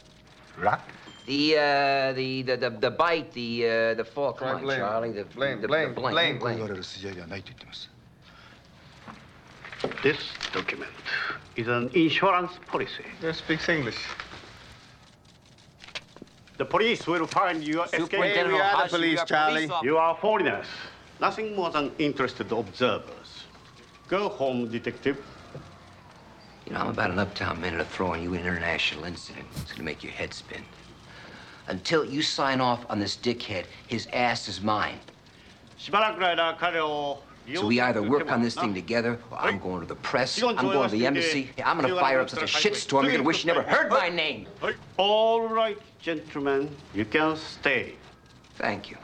Rap? The, uh, the, the, the, the bite, the, uh, the fall. Come on, Charlie. The, the, the blame, This document is an insurance policy. He speaks English. The police will find you Superintendent Hey, we are the Hashi, police, you are Charlie. police officer. You are foreigners, nothing more than interested observers. Go home, detective. You know, I'm about an uptown minute of throwing you an international incident. It's gonna make your head spin. Until you sign off on this dickhead, his ass is mine. しばらくの間彼を利用 So する we either 手も work on this thing together, or I'm going to the press, I'm 資本上 going は to the してい embassy, て I'm gonna 必要な fire も up の such から解 a shitstorm, you're gonna wish you never heard my name. はい All right, gentlemen, you can stay. Thank you.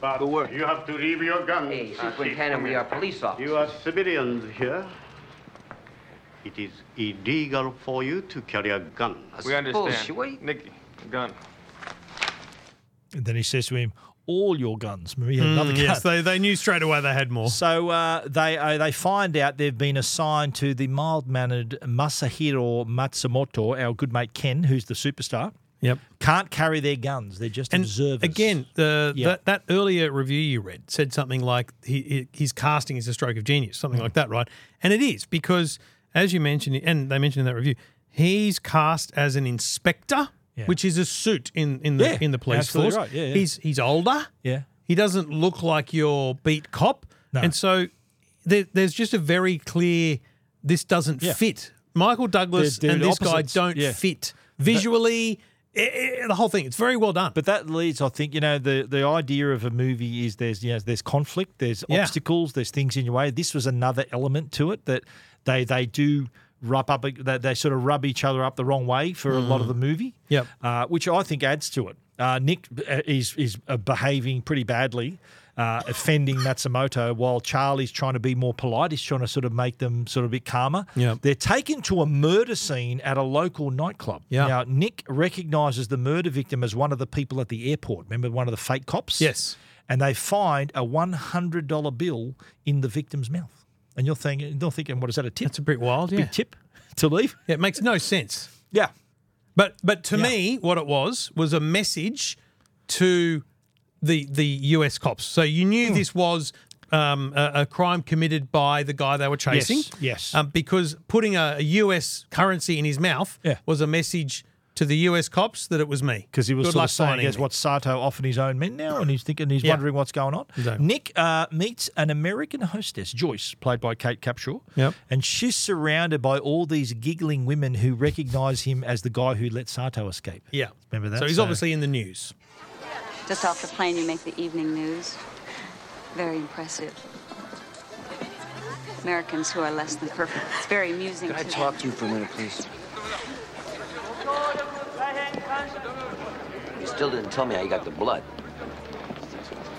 But you have to leave your gun. Hey, Superintendent, we are police officers. You are civilians here. It is illegal for you to carry a gun. We understand. Nicky, gun. And then he says to him, "All your guns, Maria." another Mm, gun. yes, they, they knew straight away they had more. So uh, they uh, they find out they've been assigned to the mild mannered Masahiro Matsumoto, our good mate Ken, who's the superstar. Yep. Can't carry their guns; they're just observers. Again, the Yeah. that, that earlier review you read said something like he, he- his casting is a stroke of genius, something like that, right? And it is because, as you mentioned, and they mentioned in that review, he's cast as an inspector, Yeah. which is a suit in in the Yeah, in the police absolutely force. right. Yeah, yeah. He's he's older. Yeah. he doesn't look like your beat cop, and so there, there's just a very clear this doesn't Yeah. fit. Michael Douglas They're- they're and this opposites. guy don't Yeah. fit visually. eh, eh, the whole thing. It's very well done. But that leads, I think, you know, the the idea of a movie is there's you know there's conflict, there's Yeah. obstacles, there's things in your way. This was another element to it that they they do rub up, they, they sort of rub each other up the wrong way for a lot of the movie. Mm-hmm. Yep. uh, which I think adds to it. Uh, Nick uh, is is uh, behaving pretty badly, uh, offending Matsumoto, while Charlie's trying to be more polite. He's trying to sort of make them sort of a bit calmer. Yeah. They're taken to a murder scene at a local nightclub. Yeah. Now, Nick recognizes the murder victim as one of the people at the airport. Remember, one of the fake cops? Yes. And they find a $100 bill in the victim's mouth. And you're thinking, you're thinking what is that, a tip? That's a bit wild, yeah. Big tip to leave? Yeah, it makes no sense. Yeah. But but to me, what it was was a message to the the US cops. So you Hmm. knew this was um, a, a crime committed by the guy they were chasing. Yes, yes. Um, because putting a, a US currency in his mouth Yeah. was a message to the US cops that it was me. because he was Good sort luck of saying, finding "Guess me. what? Sato offered his own men now," and he's thinking, he's Yeah. wondering what's going on. Exactly. Nick uh, meets an American hostess, Joyce, played by Kate Capshaw, Yep. and she's surrounded by all these giggling women who recognise him as the guy who let Sato escape. Yeah. Remember that? So he's So- obviously in the news. Just off the plane, you make the evening news. Very impressive. Americans who are less than perfect. It's very amusing. Could I to talk to you for a minute, please? You still didn't tell me how you got the blood.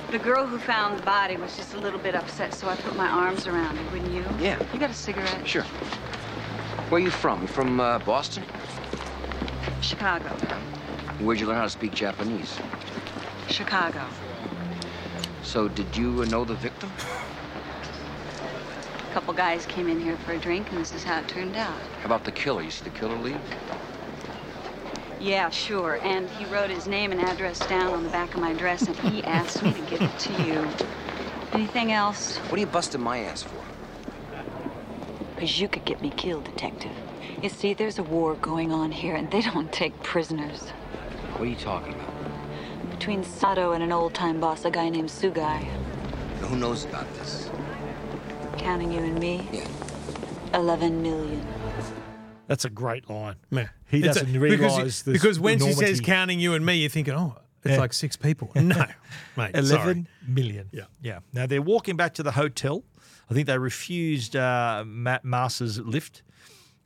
The girl who found the body was just a little bit upset, so I put my arms around her. Wouldn't you? Yeah. You got a cigarette? Sure. Where are you from? You from uh, Boston? Chicago. Where'd you learn how to speak Japanese? Chicago. So, did you uh, know the victim? A couple guys came in here for a drink, and this is how it turned out. How about the killer? You see the killer leave? Yeah, sure. And he wrote his name and address down on the back of my dress, and he asked me to give it to you. Anything else? What are you busting my ass for? Because you could get me killed, Detective. You see, there's a war going on here, and they don't take prisoners. What are you talking about? Between Sato and an old time boss, a guy named Sugai, Who knows about this? counting you and me, 11 million. That's a great line. Yeah. He It's a- doesn't because- realise this because when she enormity. says counting you and me, you're thinking, oh, It's like six people. No, mate. sorry. Eleven million. Yeah. Yeah. Now they're walking back to the hotel. I think they refused uh, Matt Mars's lift,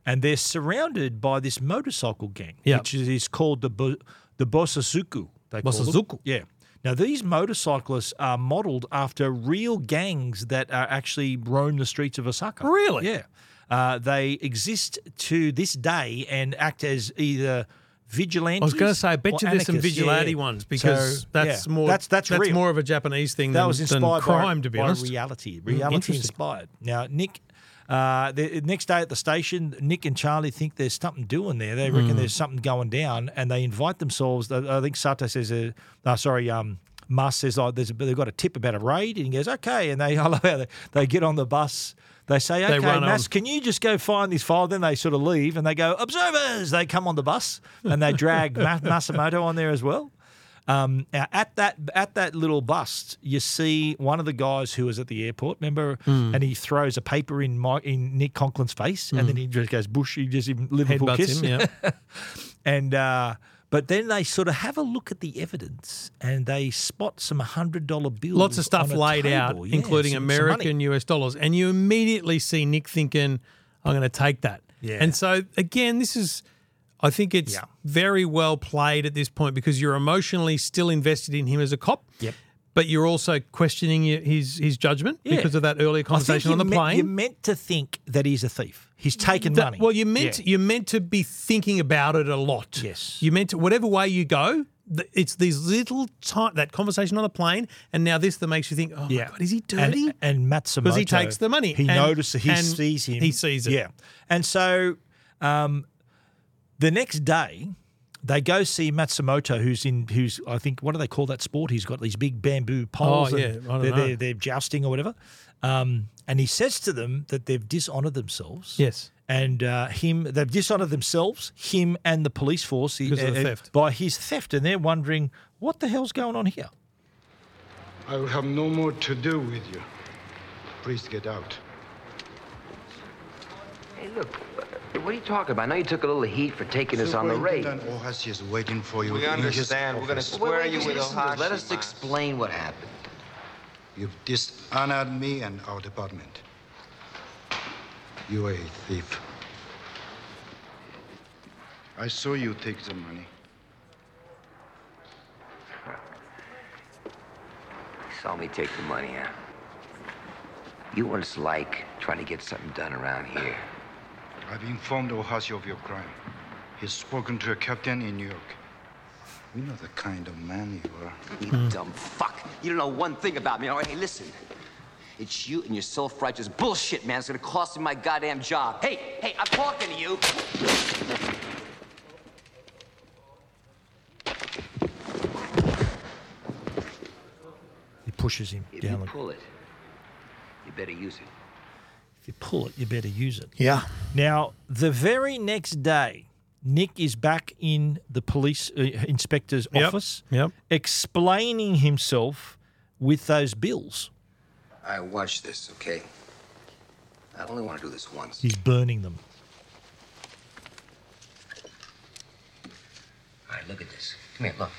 and they're surrounded by this motorcycle gang, Yeah. which is, is called the Bo- the Bosazuku. They call them. Bosazuku. Yeah. Now these motorcyclists are modelled after real gangs that are actually roam the streets of Osaka. Really? Yeah. Uh, they exist to this day and act as either vigilantes. I was going to say, I bet or you there's some anarchists. Yeah, vigilante yeah. ones So, because that's yeah. more that's that's, real. more of a Japanese thing That than, was than inspired by- crime, to be by honest. Reality, Mm, reality interesting. inspired. Now, Nick, uh, the next day at the station, Nick and Charlie think there's something doing there. They reckon Mm. there's something going down, and they invite themselves. I I think Sato says, uh, no, sorry, um, Mas says, oh, there's a, they've got a tip about a raid, and he goes, okay, and they I love how they, they get on the bus. They say, okay, They run Mas, on. can you just go find this file? Then they sort of leave and they go, observers! They come on the bus and they drag Ma- Masamoto on there as well. Um, now, at that at that little bust, you see one of the guys who was at the airport, remember, Mm. and he throws a paper in my, in Nick Conklin's face, Mm. and then he just goes bush. He just even Liverpool Headbutts kiss. him, yeah. and uh, but then they sort of have a look at the evidence and they spot some hundred dollar bills. Lots of stuff on a laid table. out, Yeah, including some- some money. American US dollars. And you immediately see Nick thinking, I'm going to take that. Yeah. And so, again, this is, I think it's very well played at this point because you're emotionally still invested in him as a cop. Yep. But you're also questioning y- his his judgment Yeah. because of that earlier I think conversation on you're the meant- plane. You're meant to think that he's a thief. He's taken That- money. Well, you meant Yeah. you meant to be thinking about it a lot. Yes, you meant to, whatever way you go. th- It's these little time that conversation on the plane, and now this that makes you think, oh my god, is he dirty? And, and Matsumoto. Because he takes the money. He And- notices, he and sees him. he sees it. Yeah. And so um, the next day, they go see Matsumoto, who's in, who's, I think, what do they call that sport? He's got these big bamboo poles. Oh, yeah, and I don't they're, know. They're, they're jousting or whatever. Um, and he says to them that they've dishonored themselves. Yes. And uh, him, they've dishonored themselves, him and the police force he- Because of the uh, uh, theft. by his theft. And they're wondering, what the hell's going on here? I will have no more to do with you. Please get out. Hey, look, uh, what are you talking about? I know you took a little heat for taking us on the raid. Superintendent Ohashi is waiting for you. We in his understand. We're gonna office. square Wait, wait, you just with listen to us. Let Ohashi, us Mas. explain what happened. You've dishonored me and our department. You are a thief. I saw you take the money. You saw me take the money, huh? You know what it's like trying to get something done around here. I've informed Ohashi of your crime. He's spoken to a captain in New York. We know the kind of man you are. You dumb fuck. You don't know one thing about me, all right? Hey, listen. It's you and your self righteous bullshit, man. It's gonna cost me my goddamn job. Hey, hey, I'm talking to you. He pushes him If down you the pull it, you better use it. If you pull it, you better use it. Yeah. Now, the very next day, Nick is back in the police uh, inspector's Yep, office yep. explaining himself with those bills. I watch this, okay? I only want to do this once. He's burning them. All right, look at this. Come here, look.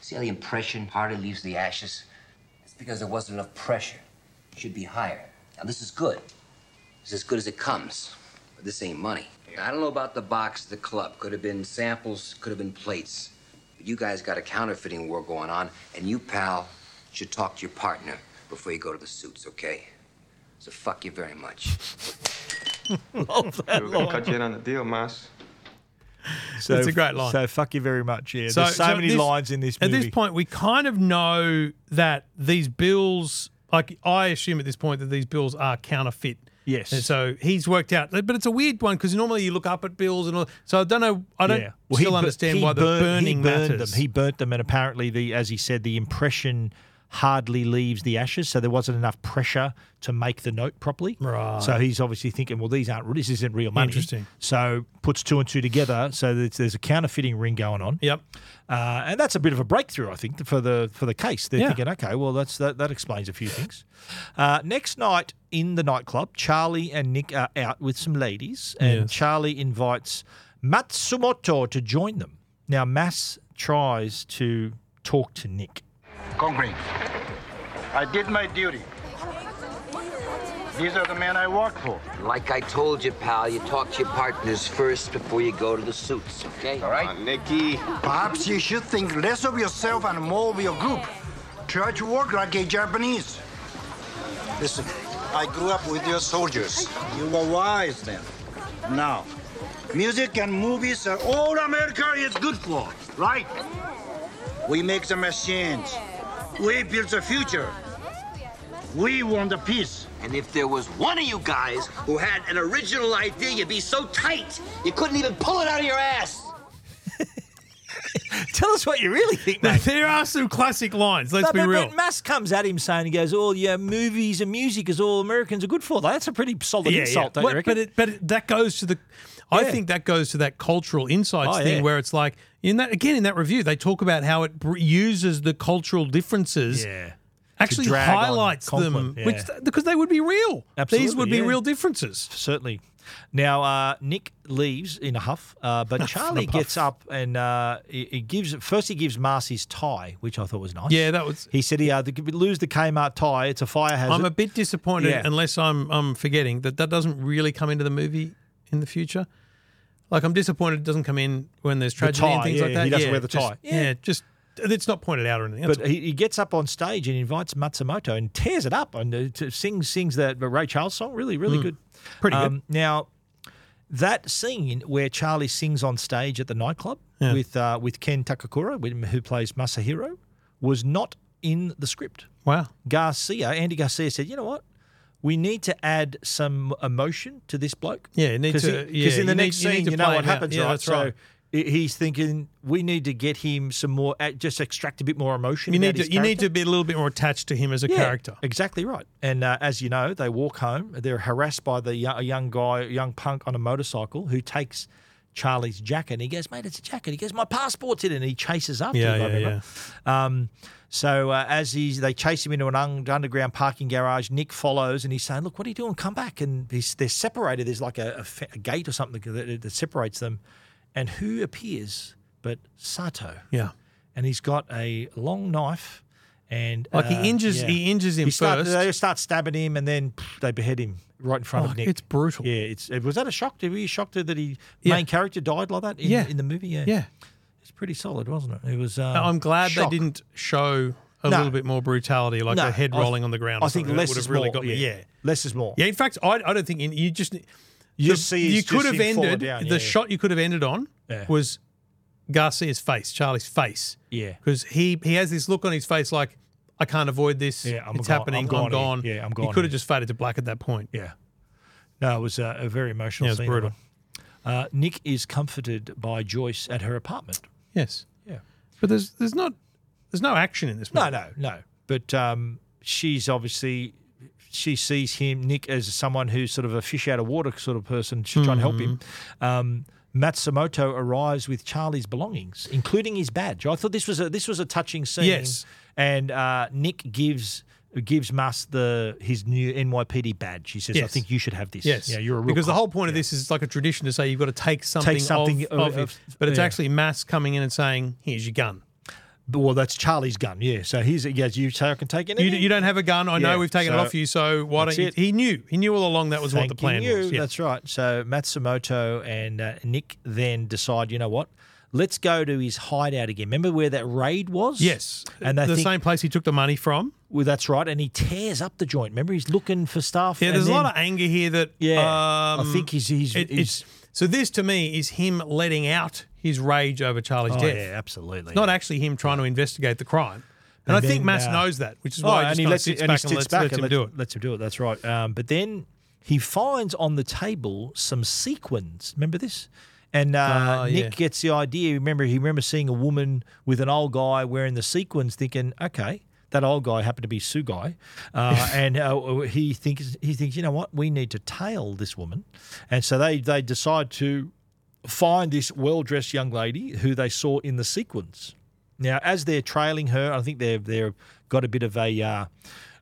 See how the impression hardly leaves the ashes? It's because there wasn't enough pressure. It should be higher. Now, this is good. It's as good as it comes. But this ain't money. I don't know about the box at the club. Could have been samples, could have been plates. But you guys got a counterfeiting war going on, and you, pal, should talk to your partner before you go to the suits, okay? So fuck you very much. Love We're gonna cut you in on the deal, Mas. So, That's a great line. So fuck you very much. Yeah, there's so, many this- lines in this movie. At this point, we kind of know that these bills, like I assume at this point that these bills are counterfeit. Yes. And so he's worked out, but it's a weird one because normally you look up at bills and all. So I don't know. I don't Yeah. Well, he still bu- understand he why the burn- burning he burned matters. Them. He burnt them, and apparently, the as he said, the impression hardly leaves the ashes, so there wasn't enough pressure to make the note properly. Right. So he's obviously thinking, well, these aren't this isn't real money. Interesting. So puts two and two together. So there's, there's a counterfeiting ring going on. Yep. Uh, and that's a bit of a breakthrough, I think, for the for the case. They're Yeah. thinking, okay, well, that's that, that explains a few things. Uh, next night in the nightclub, Charlie and Nick are out with some ladies, and Yes. Charlie invites Matsumoto to join them. Now, Mass tries to talk to Nick. Congreve, I did my duty. These are the men I work for. Like I told you, pal, you talk to your partners first before you go to the suits, okay? All right. Nicky. Perhaps you should think less of yourself and more of your group. Try to work like a Japanese. Listen, I grew up with your soldiers. You were wise then. Now, music and movies are all America is good for, right? We make the machines. We build the future. We want the peace. And if there was one of you guys who had an original idea, you'd be so tight you couldn't even pull it out of your ass. Tell us what you really think, mate. There are some classic lines. Let's But- be but- real. But Mass comes at him saying, he goes, oh, yeah, movies and music is all Americans are good for. That's a pretty solid insult, don't What- you reckon? But it, but it, that goes to the. I Yeah. think that goes to that cultural insights Oh, thing yeah. where it's like in that again in that review they talk about how it br- uses the cultural differences. Yeah. Actually To drag on highlights them, conflict, yeah. which because they would be real. These would be Absolutely, yeah. real differences. Certainly. Now, uh, Nick leaves in a huff, uh, but Charlie huff. gets up and uh, he, he gives first he gives Mars his tie, which I thought was nice. Yeah, that was- He said he uh, the, lose the Kmart tie. It's a fire hazard. I'm a bit disappointed, Yeah. unless I'm I'm forgetting that that doesn't really come into the movie in the future. Like I'm disappointed it doesn't come in when there's tragedy tie, and things like yeah, that. he doesn't yeah, wear the just- tie. yeah. just it's not pointed out or anything. that's But uh, he, he gets up on stage and invites Matsumoto and tears it up and uh, t- sings sings that Ray Charles song. Really, really Mm. good. Um, Pretty good. Now, that scene where Charlie sings on stage at the nightclub Yeah. with uh, with Ken Takakura, with- who plays Masahiro, was not in the script. Wow. Garcia, Andy Garcia said, you know what? We need to add some emotion to this bloke. Yeah, you need Cause to- Because yeah, in you the need- next you need scene, to you know play what him out. happens, Yeah, right? that's so right. he- he's thinking we need to get him some more, just extract a bit more emotion. You about need to his you need character. to be a little bit more attached to him as a Yeah, character. Exactly right. And uh, as you know, they walk home. They're harassed by the yo- a young guy, a young punk on a motorcycle who takes Charlie's jacket. And he goes, "Mate, it's a jacket." He goes, "My passport's in it." And he chases after Yeah, him. I yeah, remember. Um, so uh, as he's, they chase him into an un- underground parking garage, Nick follows and he's saying, "Look, what are you doing? Come back!" And he's, they're separated. There's like a, a fe- a gate or something that, that separates them. And who appears but Sato? Yeah. and he's got a long knife. And uh, Like he injures- he injures him start- first. They start stabbing him, and then pff, they behead him right in front Oh, of Nick. it's brutal. Yeah, it's it- was that a shock? Were you shocked that he Yeah. main character died like that in, Yeah. in the movie? Yeah, Yeah. it's pretty solid, wasn't it? It was. Um, I'm glad shock. they didn't show a No. little bit more brutality, like No, the head I th- rolling on the ground. or I think something. That less would is have really more, got me. yeah. Less is more. Yeah, in fact, I, I don't think in, you just You the- see you it's could just have him falling ended down, the yeah. shot you could have ended on Yeah. was Garcia's face, Charlie's face. Yeah. because he he has this look on his face like I can't avoid this. Yeah, I'm it's gone- happening. I'm I'm gone gone. here. Yeah, I'm You gone could have here. just faded to black at that point. Yeah, No, it was a, a very emotional. Yeah, it was scene, that brutal. one. Uh, Nick is comforted by Joyce at her apartment. Yes. Yeah. But there's there's not there's no action in this. No, no, no. But um, she's obviously she sees him Nick as someone who's sort of a fish out of water sort of person. She's trying to help him. Um, Matsumoto arrives with Charlie's belongings, including his badge. I thought this was a this was a touching scene. Yes. and uh, Nick gives. Gives Mas the his new NYPD badge. He says, "I Yes. think you should have this." Yes. yeah, you're a real because the cop. whole point of this is like a tradition to say you've got to take something, something of, o- of it. of- but it's yeah. actually Mass coming in and saying, "Here's your gun. But, well, that's Charlie's gun. Yeah, so he's yeah, you say I can take You, anything. you don't have a gun. I Yeah, know we've taken it so off you. So why that's don't you?" it. He knew. He knew all along that was what the Thanking plan you. was. Yeah. That's right. So Matsumoto and uh, Nick then decide, you know what? Let's go to his hideout again. Remember where that raid was? Yes, And they the think, same place he took the money from. well, that's right. And he tears up the joint. Remember, he's looking for stuff. Yeah, and there's a lot then- of anger here that. Yeah, I um, think he's- he's- it- he's- it's- so this to me is him letting out his rage over Charlie's Oh, death. yeah, absolutely. It's not actually him trying to investigate the crime. And, I then, think Mass uh, knows that, which is oh, why he just kinda sits and back he and sits lets, lets him and do lets- it. Lets him do it. That's right. Um, but then he finds on the table some sequins. Remember this? And uh, Ah, Nick yeah. gets the idea. Remember, he remember seeing a woman with an old guy wearing the sequins, thinking, okay. That old guy happened to be Sugai, uh, and uh, he thinks he thinks you know what we need to tail this woman, and so they they decide to find this well dressed young lady who they saw in the sequence. Now, as they're trailing her, I think they've they've got a bit of a uh,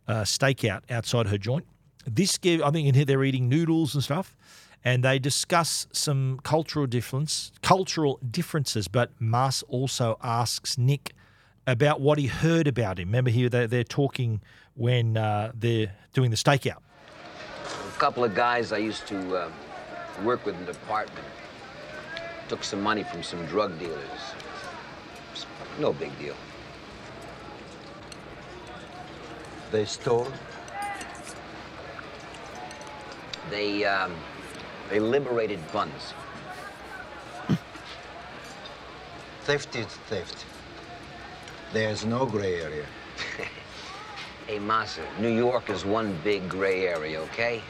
uh, stakeout outside her joint. This give I think in here they're eating noodles and stuff, and they discuss some cultural difference, cultural differences. But Mars also asks Nick about what he heard about him. Remember, here they're, they're talking when uh, they're doing the stakeout. A couple of guys I used to uh, work with in the department took some money from some drug dealers. It's No big deal. They stole? They um, they liberated buns. Theft is theft. There's no gray area. Hey, Massa, New York is one big gray area, okay?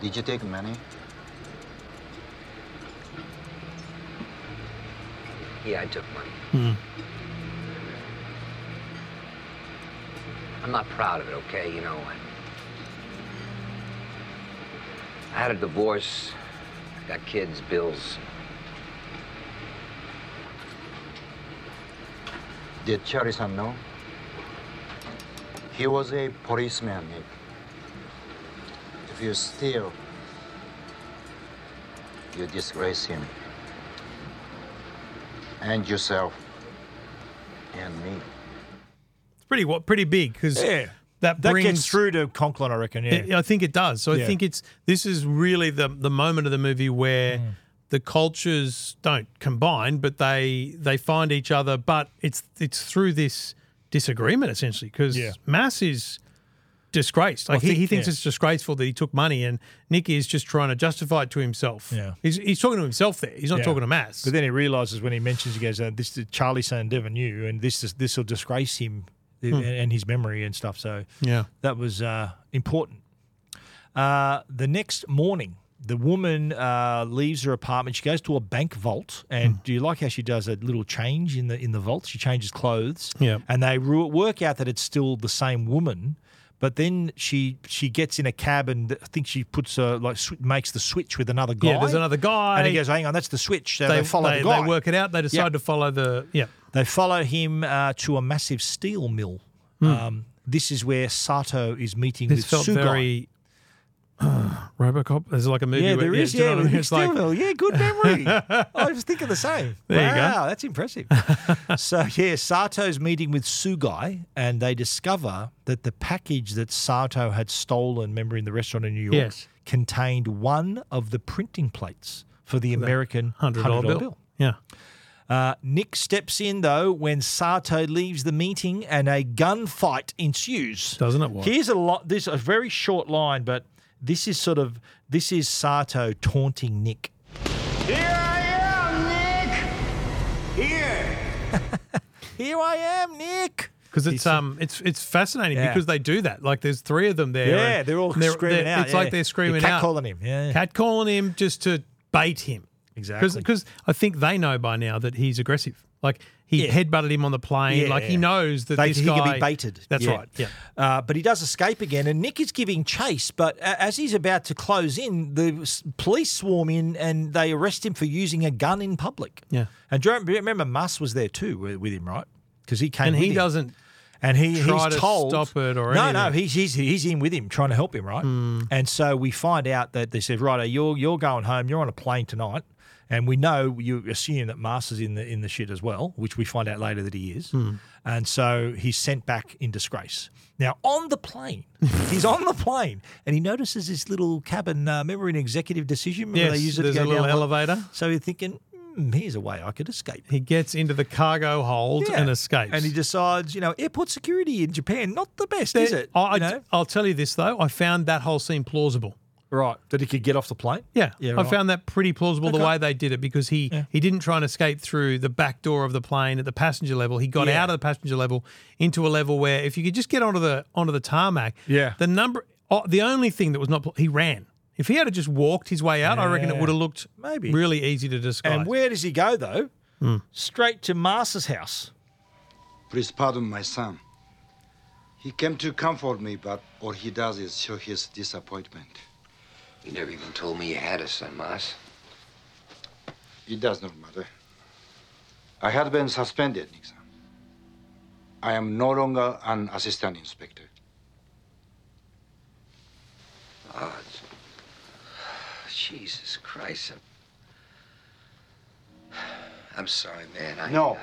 Did you take money? Yeah, I took money. I'm not proud of it, okay? You know, I, I had a divorce, I got kids, bills. Did Charlie-san know? He was a policeman, Nick. If you steal, you disgrace him. And yourself. And me. It's pretty what pretty big because Yeah. that That brings gets through to Conklin, I reckon. Yeah. I think it does. So I Yeah. think it's this is really the the moment of the movie where Mm. the cultures don't combine, but they they find each other. But it's it's through this disagreement essentially because Yeah. Mass is disgraced. Like I he, think- he thinks yeah. it's disgraceful that he took money, and Nicky is just trying to justify it to himself. Yeah. he's, he's talking to himself there. He's not Yeah. talking to Mass. But then he realizes when he mentions, he goes, uh, "This is Charlie saying Devon knew, and this is this will disgrace him Hmm. and, and his memory and stuff." So Yeah. that was uh, important. Uh, the next morning, the woman uh, leaves her apartment. She goes to a bank vault, and Hmm. do you like how she does a little change in the in the vault? She changes clothes, Yeah. and they ru- work out that it's still the same woman. But then she she gets in a cab and I think she puts a like sw- makes the switch with another guy. Yeah, there's another guy. and he goes, "Hang on, that's the switch." So they, follow they, the guy. they work it out. They decide Yeah. to follow the yeah. They follow him uh, to a massive steel mill. Hmm. Um, this is where Sato is meeting This with felt Sugai. very RoboCop. There's like a movie. yeah, where, there is. do you know Yeah, what I mean? with it's steel like mill. Yeah, good memory. I was thinking the same. There you go. wow, that's impressive. so yeah, Sato's meeting with Sugai, and they discover that the package that Sato had stolen, remember in the restaurant in New York, Yes. contained one of the printing plates for the American hundred dollar bill. Yeah. Uh, Nick steps in though when Sato leaves the meeting, and a gunfight ensues. Doesn't it, Walt? Here's a lot. This a very short line, but this is sort of this is Sato taunting Nick. Here I am, Nick! Here! Here I am, Nick. Because it's um, it's it's fascinating Yeah. because they do that. Like there's three of them there. Yeah, and they're all screaming out, It's yeah. like they're You're screaming out, catcalling him, yeah. catcalling him just to bait him. Exactly. Because I think they know by now that he's aggressive. Like he Yeah. headbutted him on the plane. Yeah, like he yeah. knows that They- this he guy can be baited. That's right. Yeah. Uh, but he does escape again, and Nick is giving chase. But a- as he's about to close in, the s- police swarm in and they arrest him for using a gun in public. Yeah. And do you remember, Muss was there too wi- with him, right? Because he came. And he with him. doesn't And he, he's try to told stop it or no, no, anything. Hmm. he's, he's he's in with him, trying to help him, right? And so we find out that they said, right, you're you're going home. You're on a plane tonight, and we know you assume that Master's in the in the shit as well, which we find out later that he is. Hmm. And so he's sent back in disgrace. Now on the plane, he's on the plane, and he notices this little cabin. Uh, remember in Executive Decision, remember Yes, they use it there's to go a little down- elevator. So you're thinking, hmm, here's a way I could escape. He gets into the cargo hold Yeah. and escapes. And he decides, you know, airport security in Japan, not the best, is There- it? I, I, You know? will tell you this though. I found that whole scene plausible. Right. That he could get off the plane? Yeah, Yeah, I right. found that pretty plausible the Okay. way they did it because he he didn't try and escape through the back door of the plane at the passenger level. He got Yeah. out of the passenger level into a level where if you could just get onto the onto the tarmac, Yeah. the number oh, the only thing that was not pl- he ran. If he had have just walked his way out, I reckon it Yeah. would have looked Maybe. really easy to disguise. And where does he go, though? Straight to Master's house. Please pardon my son. He came to comfort me, but all he does is show his disappointment. You never even told me you had a son, Moss. It does not matter. I had been suspended, Nixon. I am no longer an assistant inspector. Oh, it's- Jesus Christ. I'm- I'm sorry, man. I, No.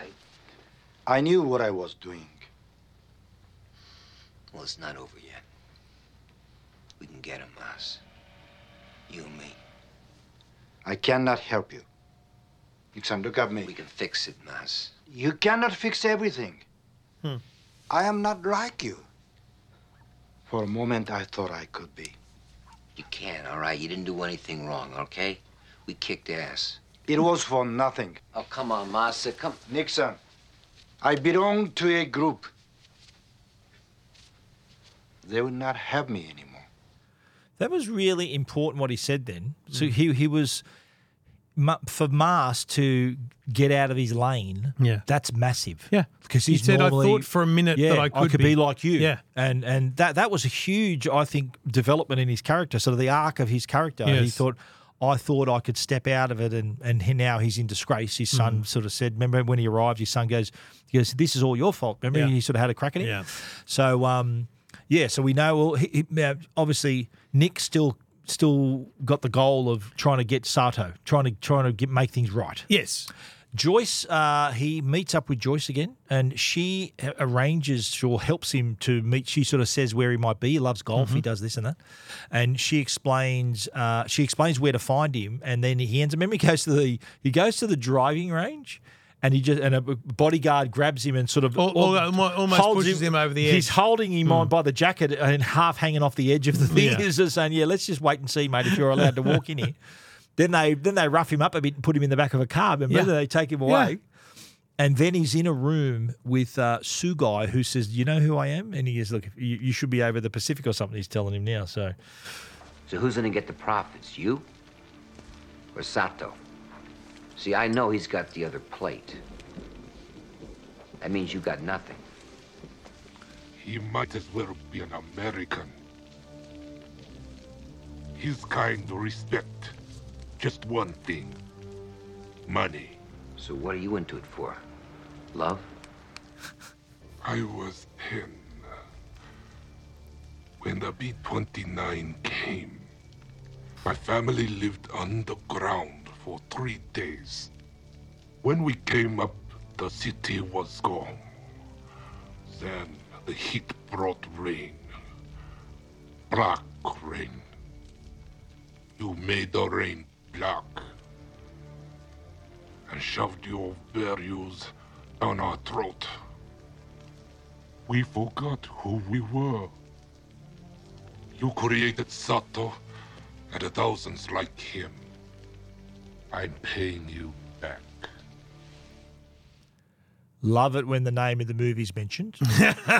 I, I knew what I was doing. well, it's not over yet. We can get him, Moss. You and me. I cannot help you. Nixon, look at me. We can fix it, Moss. You cannot fix everything. Hmm. I am not like you. For a moment, I thought I could be. You can, all right? You didn't do anything wrong, okay? We kicked ass. It was for nothing. Oh, come on, Massa. Come. Nixon, I belong to a group. They will not have me anymore. That was really important what he said then. So Mm. he he was Ma- for Mars to get out of his lane. Yeah. that's massive. Yeah. because He he's said, "I normally, thought for a minute yeah, that I could be. be." like you. Yeah. and and that that was a huge, I think, development in his character. Sort of the arc of his character. He Yes. thought. I thought I could step out of it, and and he, now he's in disgrace. His Mm-hmm. son sort of said, "Remember when he arrived?" His son goes, "He goes, this is all your fault." Remember, Yeah. he sort of had a crack at him. Yeah. So um, yeah, so we know. Well, he, he, uh, obviously Nick still still got the goal of trying to get Sato, trying to trying to get, make things right. Yes. Joyce, uh, he meets up with Joyce again, and she a- arranges or helps him to meet. She sort of says where he might be. He loves golf. He Mhm. does this and that, and she explains. Uh, she explains where to find him, and then he ends. Remember, he goes to the he goes to the driving range, and he just and a bodyguard grabs him and sort of Al- al- almo- almost pushes him over the edge. He's holding him on by the jacket and half hanging off the edge of the thing. Hmm. Yeah. He's just saying, "Yeah, let's just wait and see, mate. If you're allowed to walk in here." Then they then they rough him up a bit and put him in the back of a car. Remember, Yeah. Then they take him Yeah. away. And then he's in a room with uh, Sugai, who says, "You know who I am?" And he goes, "Look, you, you should be over the Pacific or something." He's telling him now. So So who's gonna get the profits? You or Sato? See, I know he's got the other plate. That means you got nothing. He might as well be an American. His kind respect. Just one thing. Money. So what are you into it for? Love? I was 10 when the B 29 came. My family lived underground for three days. When we came up, the city was gone. Then the heat brought rain. Black rain. You made the rain black and shoved your values down our throat. We forgot who we were. You created Sato and the thousands like him. I'm paying you back. love it when the name of the movie's mentioned.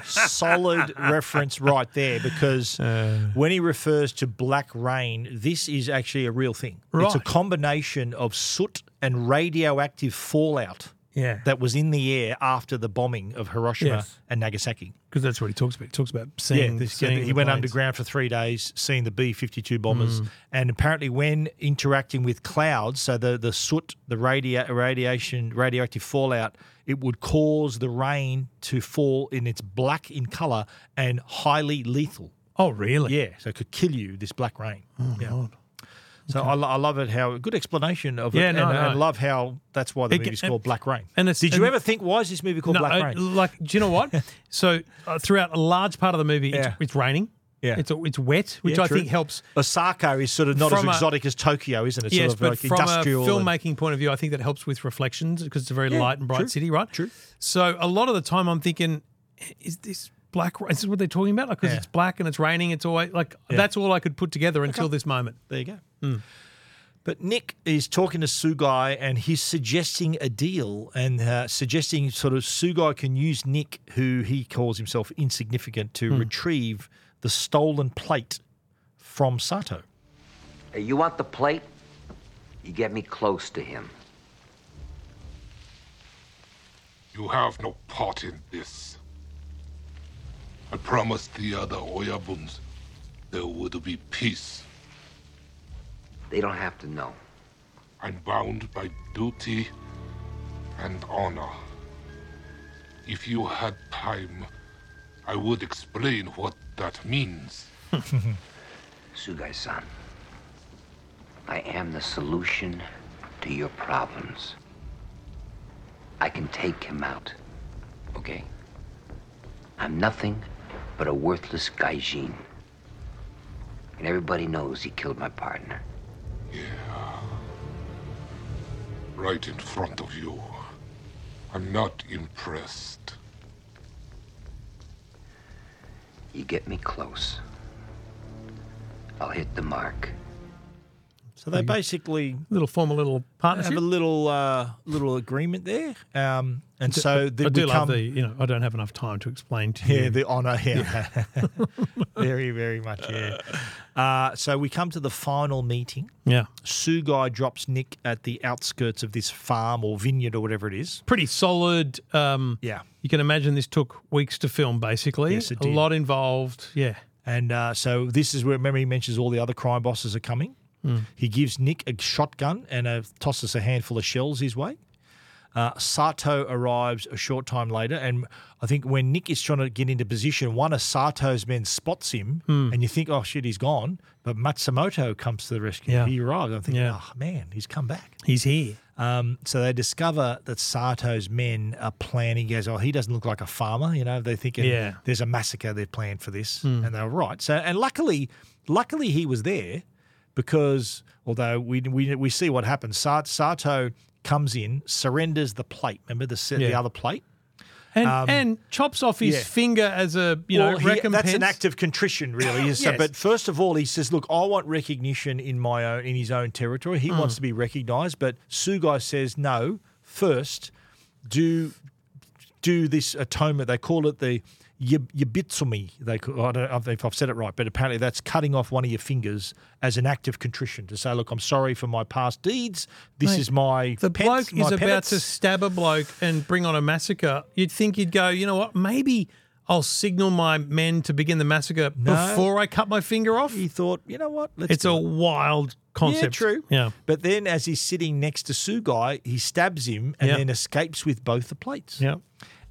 Solid reference right there because Uh. when he refers to black rain, this is actually a real thing. It's a Right. combination of soot and radioactive fallout Yeah. that was in the air after the bombing of Hiroshima Yes. and Nagasaki. Because that's what he talks about. He talks about seeing. yeah, this, seeing he the went planes. underground for three days, seeing the B fifty two bombers, Mm. and apparently when interacting with clouds, so the the soot, the radio, radiation, radioactive fallout, it would cause the rain to fall in its black in color and highly lethal. Oh, really? Yeah, so it could kill you. This black rain. Oh, yeah. Lord. So I, lo- I love it how good explanation of Yeah, it, no, and, no. and love how that's why the It- movie's and- called Black Rain. and it's- did you and- ever think why is this movie called No, Black uh, Rain? Like, do you know what? so uh, throughout a large part of the movie, Yeah. it's, it's raining. Yeah. It's it's wet, which Yeah, I true. think helps. Osaka is sort of not as From a- exotic as Tokyo, isn't it? It's yes, sort of but like from industrial. a and- filmmaking point of view, I think that helps with reflections because it's a very Yeah, light and bright true, city, right? True. So a lot of the time, I'm thinking, is this black? Is this what they're talking about? Like, because Yeah. it's black and it's raining. It's always like Yeah. that's all I could put together until this moment. There you go. Mm. But Nick is talking to Sugai and he's suggesting a deal and uh, suggesting sort of Sugai can use Nick, who he calls himself insignificant, to Hmm. retrieve the stolen plate from Sato. Hey, you want the plate? You get me close to him. You have no part in this. I promised the other Oyabuns there would be peace. They don't have to know. I'm bound by duty and honor. If you had time, I would explain what that means. Sugai-san, I am the solution to your problems. I can take him out. Okay? I'm nothing but a worthless gaijin. And everybody knows he killed my partner. right in front of you. I'm not impressed. You get me close. I'll hit the mark. So they basically little form a little partnership. have a little uh, little agreement there, um, and D- so I they do love become- the. You know, I don't have enough time to explain to you. Yeah, the honour. Yeah. very, very much. Yeah. Uh, so we come to the final meeting. Yeah. Sugai drops Nick at the outskirts of this farm or vineyard or whatever it is. pretty solid. Um, yeah, you can imagine this took weeks to film. Basically, Yes, it a did. lot involved. Yeah, And uh, so this is where memory mentions all the other crime bosses are coming. Mm. He gives Nick a shotgun and uh tosses a handful of shells his way. Uh, Sato arrives a short time later, and I think when Nick is trying to get into position, one of Sato's men spots him, Hmm. and you think, "Oh shit, he's gone." But Matsumoto comes to the rescue. Yeah. He arrives. I'm thinking, Yeah. "Oh man, he's come back." he's here. Um, so they discover that Sato's men are planning. He goes, "Oh, he doesn't look like a farmer." You know, they're thinking, Yeah. there's a massacre they've planned for this," Hmm. and they were right. So, and luckily, luckily he was there because although we we, we see what happens, Sa- Sato comes in, surrenders the plate. Remember the se- the Yeah. other plate. And Um, and chops off his yeah. finger as a you know Well, he- recompense. That's an act of contrition, really. So, Yes. But first of all, he says, "Look, I want recognition in my own in his own territory. He wants Mm. to be recognised." But Sugai says, "No, first do do this atonement. They call it the yib- yibitsumi. They ca- I don't know if I've said it right, but apparently that's cutting off one of your fingers as an act of contrition to say, look, I'm sorry for my past deeds. This Mate, is my the pens- bloke my is about penance." to stab a bloke and bring on a massacre. You'd think you'd go, you know what? Maybe I'll signal my men to begin the massacre No. before I cut my finger off. He thought, you know what? it's a wild concept. Yeah, true. Yeah. But then as he's sitting next to Sugai, he stabs him and Yeah. then escapes with both the plates. Yeah.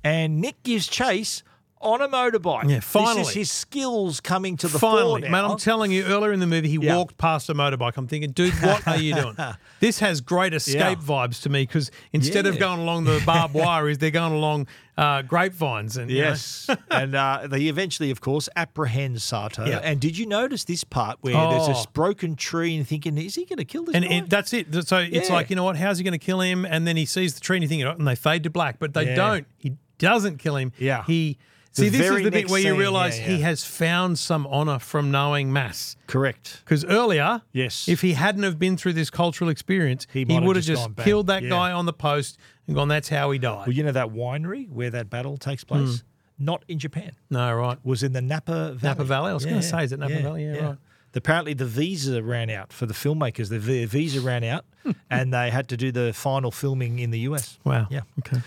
And Nick gives chase on a motorbike. Yeah, This finally. is his skills coming to the Finally, fore man, now. I'm telling you, earlier in the movie, he Yeah. walked past a motorbike. I'm thinking, dude, what are you doing? This has great escape Yeah. vibes to me because instead of Yeah. going along the barbed wire, is they're going along uh, grapevines and you know. Yes, and uh, they eventually, of course, apprehend Sato. Yeah. And did you notice this part where there's this Oh. broken tree and thinking, is he going to kill this and guy? it, that's it. So it's Yeah. like, you know what? How's he going to kill him? And then he sees the tree and you think, oh, and they fade to black, but they Yeah. don't. He doesn't kill him. Yeah. He The see, this very is the bit next where scene, you yeah, realize he yeah. has found some honor from knowing mass. Correct. Because earlier, Yes. if he hadn't have been through this cultural experience, he, might have would have just just, gone back. killed that Yeah. guy on the post and gone, "That's how he died." Well, you know that winery where that battle takes Hmm. place? Not in Japan. no, right? Was in the Napa Valley. Napa Valley. I was going to say, is it Napa Valley? Yeah, right. Apparently, the visa ran out for the filmmakers. The vi- visa ran out, and they had to do the final filming in the US. Hmm. Wow. Yeah. Okay.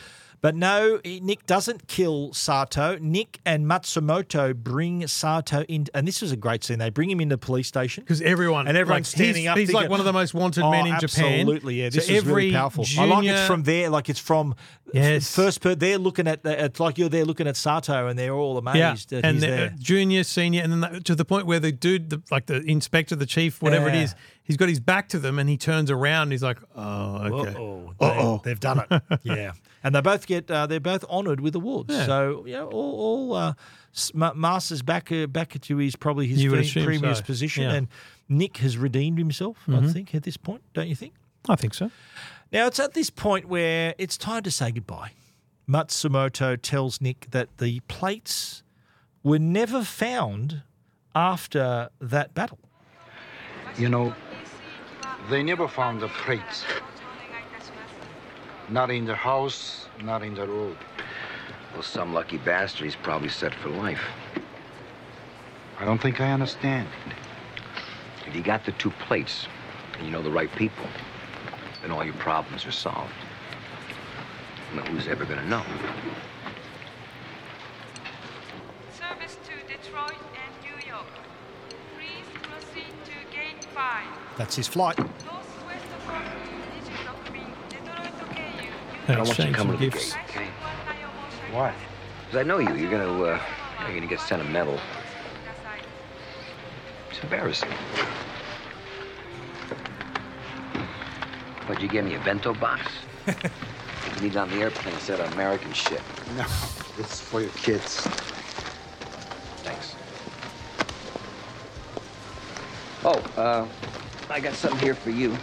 But no, he- Nick doesn't kill Sato. Nick and Matsumoto bring Sato in, and this was a great scene. They bring him into the police station Because everyone and everyone's like, he's- standing up. He's like thinking, one of the most wanted "Oh, men in Japan. Absolutely, yeah. This so is really every powerful. I like it's junior- from there, like it's from Yes. first. Per- they're looking at the, it's like you're there looking at Sato, and they're all amazed that and he's the, there. junior, senior, and then that, to the point where the dude, the, like the inspector, the chief, whatever Yeah. it is, he's got his back to them, and he turns around. and He's like, "Oh, okay, Uh-oh. They, Uh-oh. They've done it. yeah. And they both get uh, they're both honoured with awards. Yeah. So you know, all, all uh, S- Ma- Masters back uh, back to his probably his You would pre- assume previous so. position, Yeah. and Nick has redeemed himself. I Mhm. think at this point, don't you think? I think so." Now it's at this point where it's time to say goodbye. Matsumoto tells Nick that the plates were never found after that battle. You know, they never found the plates. Not in the house, not in the road. Well, some lucky bastard, he's probably set for life. I don't think I understand. If you got the two plates and you know the right people, then all your problems are solved. Now, who's ever going to know? Service to Detroit and New York. Please proceed to gate 5. That's his flight. Northwest of I don't want you Exchange coming some to the gifts. gate, okay? Why? Because I know you. You're going to, uh, you're going to get sentimental. It's embarrassing. What'd you give me, a bento box? can eat on the airplane instead of American shit. No, this is for your kids. Thanks. Oh, uh, I got something here for you.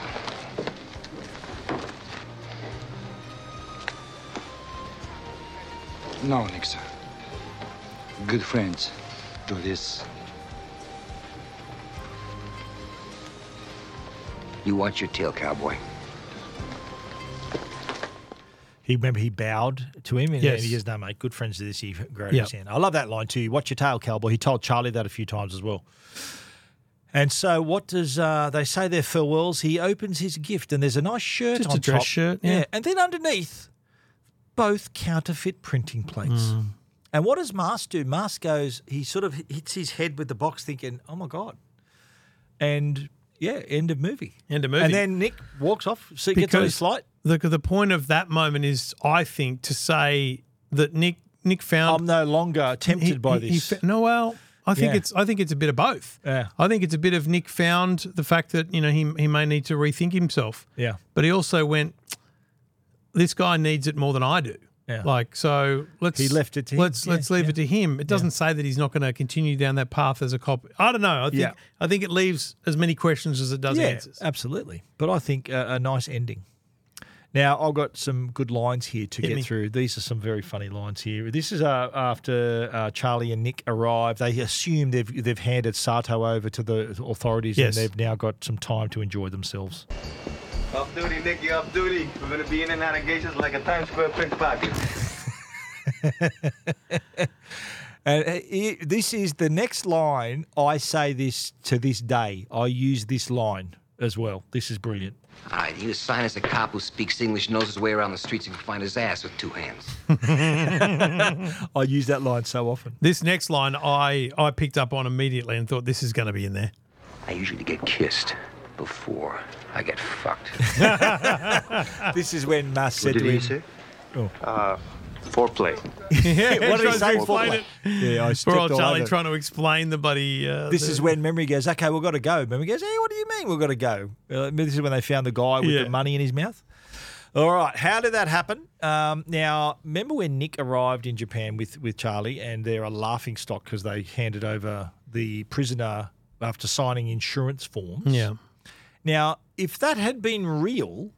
No, Nixa. Good friends do this. You watch your tail, cowboy. He remember he bowed to him and Yes. he goes, "No, mate, good friends with this." He grabbed Yeah. his hand. I love that line too. Watch your tail, cowboy. He told Charlie that a few times as well. And so, what does uh, they say their farewells? He opens his gift, and there's a nice shirt Just a on dress top. shirt, yeah. and then underneath, both counterfeit printing plates. Mm. And what does Mars do? Mars goes, he sort of hits his head with the box, thinking, "Oh my god!" And yeah, end of movie. End of movie. And then Nick walks off. So he gets on his flight. The, the point of that moment is, I think, to say that Nick Nick found I'm no longer tempted by this. fa- no, well, I think Yeah. it's I think it's a bit of both. Yeah. I think it's a bit of Nick found the fact that you know he he may need to rethink himself. Yeah. but he also went. This guy needs it more than I do. Yeah. Like so, let's He left it to him. let's Yeah, let's leave it to him. It doesn't say that he's not going to continue down that path as a cop. I don't know. I think Yeah. I think it leaves as many questions as it does yeah, answers. absolutely. But I think uh, a nice ending. Now I've got some good lines here to Hit get me. through. These are some very funny lines here. This is uh, after uh, Charlie and Nick arrive. They assume they've they've handed Sato over to the authorities, Yes. and they've now got some time to enjoy themselves. Off duty, Nick, you off duty. We're gonna be in and out of gauges like a Times Square pickpocket. And uh, it, this is the next line. I say this to this day. I use this line as well. This is brilliant. All right, you assign us a cop who speaks English, knows his way around the streets, and can find his ass with two hands. I use that line so often. This next line I I picked up on immediately and thought this is going to be in there. I usually get kissed before I get fucked. this is when Mass said What did to he him, say? Oh. Uh, foreplay. Yeah, what did he trying say? to explain it. Yeah, I Poor stepped old all Charlie over it. trying to explain the buddy. Uh, This the- is when memory goes, okay, we've got to go. Memory goes, hey, what do you mean we've got to go? Uh, this is when they found the guy with Yeah. the money in his mouth. All right, how did that happen? Um, now, remember when Nick arrived in Japan with, with Charlie and they're a laughing stock because they handed over the prisoner after signing insurance forms? Yeah. Now, if that had been real,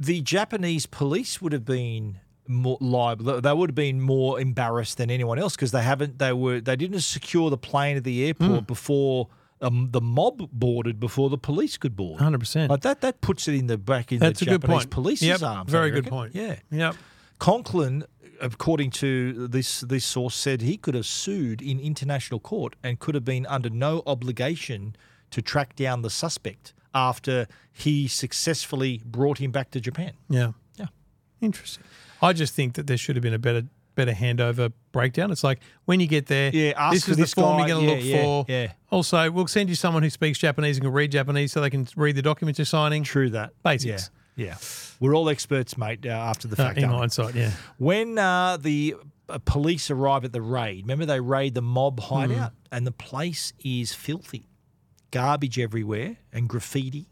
the Japanese police would have been more liable. They would have been more embarrassed than anyone else because they haven't. They were. They didn't secure the plane at the Hmm. airport before um, the mob boarded before the police could board. 100%. Like that. That puts it in the back in That's the a good Japanese point. police's Yep, arms. I very good reckon. point. Yeah. Yep. Conklin, according to this this source, said he could have sued in international court and could have been under no obligation to track down the suspect after he successfully brought him back to Japan. Yeah. Yeah. Interesting. I just think that there should have been a better better handover breakdown. It's like when you get there, Yeah, ask this for is the this form guy. you're going to Yeah, look yeah, for. yeah. Also, we'll send you someone who speaks Japanese and can read Japanese so they can read the documents you're signing. True that. Basics. Yeah. yeah. We're all experts, mate, uh, after the Uh, fact. in aren't we? hindsight, yeah. When uh, the uh, police arrive at the raid, remember they raid the mob Hmm. hideout and the place is filthy. Garbage everywhere and graffiti.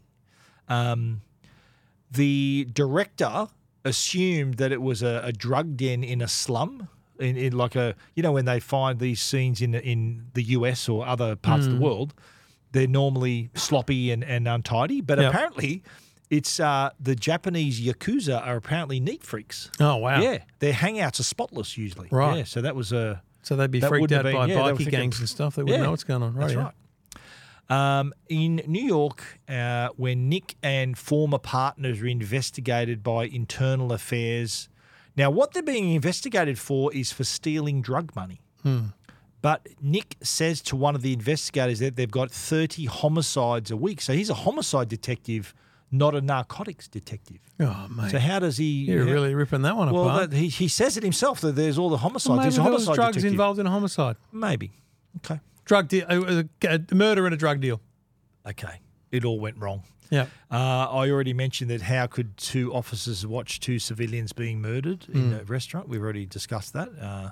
Um, the director assumed that it was a, a drug den in a slum. In, in like a you know when they find these scenes in in the US or other parts of Mm. the world, they're normally sloppy and, and untidy. But Yep. apparently, it's uh, the Japanese yakuza are apparently neat freaks. Oh, wow. Yeah, their hangouts are spotless usually. Right. Yeah, so that was a. So they'd be that freaked wouldn't out have by been- yeah, they were bikie thinking- gangs and stuff. They wouldn't Yeah, know what's going on. That's Right, yeah. right. Um, in New York, uh, when Nick and former partners are investigated by internal affairs. Now, what they're being investigated for is for stealing drug money. Hmm. But Nick says to one of the investigators that they've got 30 homicides a week. So he's a homicide detective, not a narcotics detective. Oh, mate. So how does he? You're how- really ripping that one well, apart. that, he, he says it himself that there's all the homicides. maybe He's a there was homicide drugs detective. involved in a homicide. Maybe. Okay. Drug uh, deal. It was a, a murder and a drug deal. Okay. It all went wrong. Yeah. Uh, I already mentioned that how could two officers watch two civilians being murdered in Mm. a restaurant? We've already discussed that. Uh,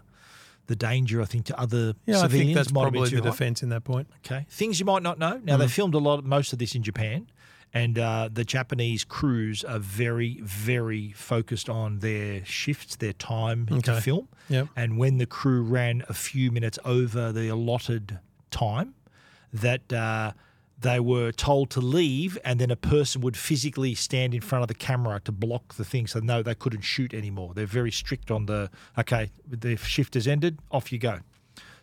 the danger, I think, to other Yeah, I civilians think that's might have been probably too the high. defence in that point. Okay. Things you might not know. Now they Mhm. filmed a lot, most of this in Japan, And uh, the Japanese crews are very, very focused on their shifts, their time Okay. to film. Yep. And when the crew ran a few minutes over the allotted time, that uh, they were told to leave, and then a person would physically stand in front of the camera to block the thing. So no, they couldn't shoot anymore. They're very strict on the okay. The shift has ended. Off you go.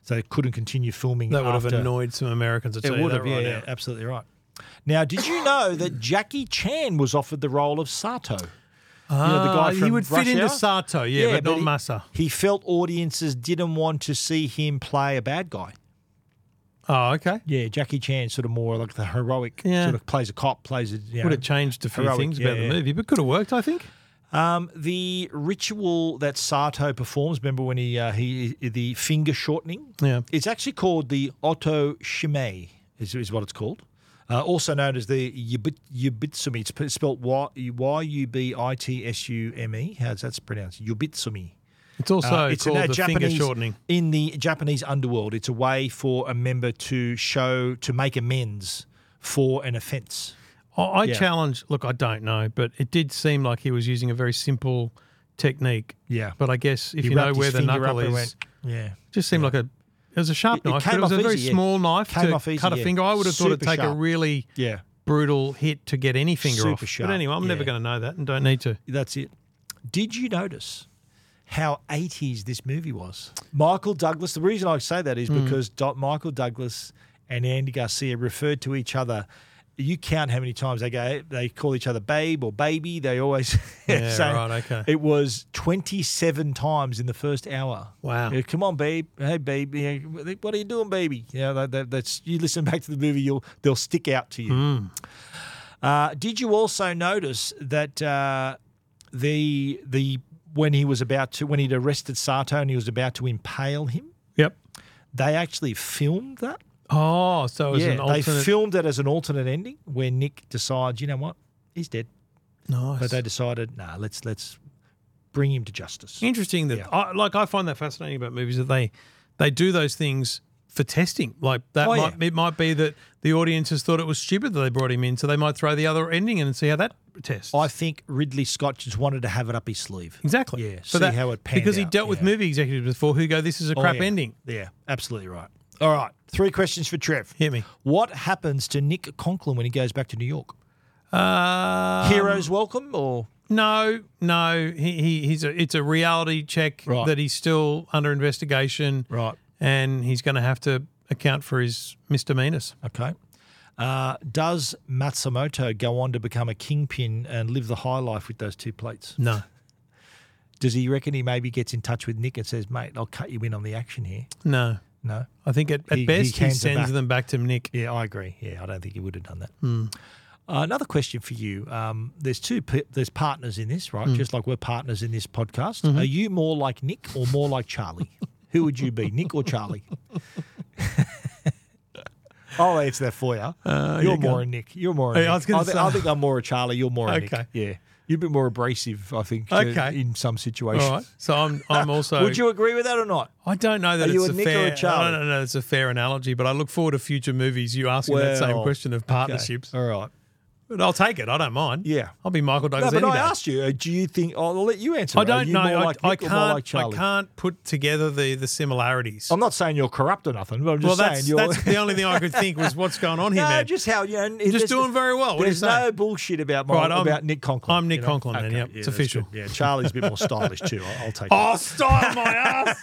So they couldn't continue filming. That would have after- annoyed some Americans. I'd It tell you would that have. Yeah, right yeah, now. absolutely right. Now, did you know that Jackie Chan was offered the role of Sato? Ah, he would fit Rush into Hour? Sato, yeah, but not he- Massa. He felt audiences didn't want to see him play a bad guy. Oh, okay. Yeah, Jackie Chan sort of more like the heroic Yeah. sort of plays a cop, plays a you Would know, have changed a few heroic, things yeah, about the yeah. movie, but could have worked, I think. Um, the ritual that Sato performs, remember when he uh, he the finger shortening? Yeah. It's actually called the Otto Shimei, is, is what it's called. Uh, also known as the Yubit, Yubitsumi. It's p- spelt Y Y U B I T S U M E. How's that pronounced? Yubitsumi. It's also Uh, called a the finger shortening. In the Japanese underworld, it's a way for a member to show, to make amends for an offense. I, I Yeah. challenge. Look, I don't know, but it did seem like he was using a very simple technique. Yeah. But I guess if He you know wrapped his where the finger up knuckle and is, went- yeah. just seemed like a. It was a sharp It- it knife, but came it was a off very easy, yeah. small knife Came to off easy, cut a yeah. finger. I would have thought it'd Super take a sharp. really Yeah. brutal hit to get any finger off. Super sharp, But anyway, I'm never yeah. going to know that and don't need to. That's it. Did you notice how 80s this movie was? Hmm. Michael Douglas, the reason I say that is Mm. because Do- Michael Douglas and Andy Garcia referred to each other. You count how many times they go, they call each other babe or baby. They always Yeah, say- right, okay. It was 27 times in the first hour. Wow. Yeah, Come on, babe. Hey, babe. Yeah, What are you doing, baby? You know, that, that, that's you listen back to the movie, you'll they'll stick out to you. Mm. Uh, did you also notice that uh, the the when he was about to when he'd arrested Sato and he was about to impale him? Yep. They actually filmed that. Oh, so it was an alternate. they filmed it as an alternate ending where Nick decides, you know what, he's dead. Nice. But they decided, nah, let's let's bring him to justice. Interesting that, I, like, I find that fascinating about movies that they they do those things for testing. Like that, Oh, might, it might be that the audiences thought it was stupid that they brought him in, so they might throw the other ending in and see how that tests. I think Ridley Scott just wanted to have it up his sleeve. Exactly. Yeah. So see that- how it panned because he out, dealt with yeah. movie executives before who go, "This is a Oh, crap yeah. ending." Yeah, absolutely right. All right, three questions for Trev. Hit me. What happens to Nick Conklin when he goes back to New York? Um, Heroes welcome or No, no. He, he he's a, it's a reality check Right. that he's still under investigation. Right. And he's going to have to account for his misdemeanors. okay? Uh, does Matsumoto go on to become a kingpin and live the high life with those two plates? No. Does he reckon he maybe gets in touch with Nick and says, "Mate, I'll cut you in on the action here"? No. No. I think at, at He- he best he, hands it sends back. them back to Nick. Yeah, I agree. Yeah, I don't think he would have done that. Hmm. Uh, another question for you. Um, there's two. P- there's partners in this, right? Mm. Just like we're partners in this podcast. Mhm. Are you more like Nick or more like Charlie? Who would you be, Nick or Charlie? I'll answer that for you. Uh, You're yeah, go more on. a Nick. You're more. A Hey, Nick. I was gonna thi- say- I think I'm more a Charlie. You're more a Okay. Nick. Yeah. You're a bit more abrasive, I think. to- Okay. In some All situations. right. So I'm I'm also. would you agree with that or not? I don't know that Are it's you a a Nick or fair. a Charlie? I don't know. It's a fair analogy, but I look forward to future movies. You asking that same Well, question of okay. partnerships. All right. But I'll take it. I don't mind. Yeah. I'll be Michael No, Douglas. but any I day. asked you. uh, Do you think? I'll let you answer. I it. Are don't you know. More I, like I Nick or more can't. like Charlie? I can't put together the the similarities. I'm not saying you're corrupt or nothing, but I'm just well, that's, saying you're. that's the only thing I could think was what's going on here, no, man. just how you know, Just there's- doing very well. What do you there's no say? bullshit about my, Right, I'm- about Nick Conklin. I'm Nick you know? Conklin, then. Okay, Yep, yeah, it's that's official. good. Yeah, Charlie's a bit more stylish too. I'll, I'll take. Oh, style my ass.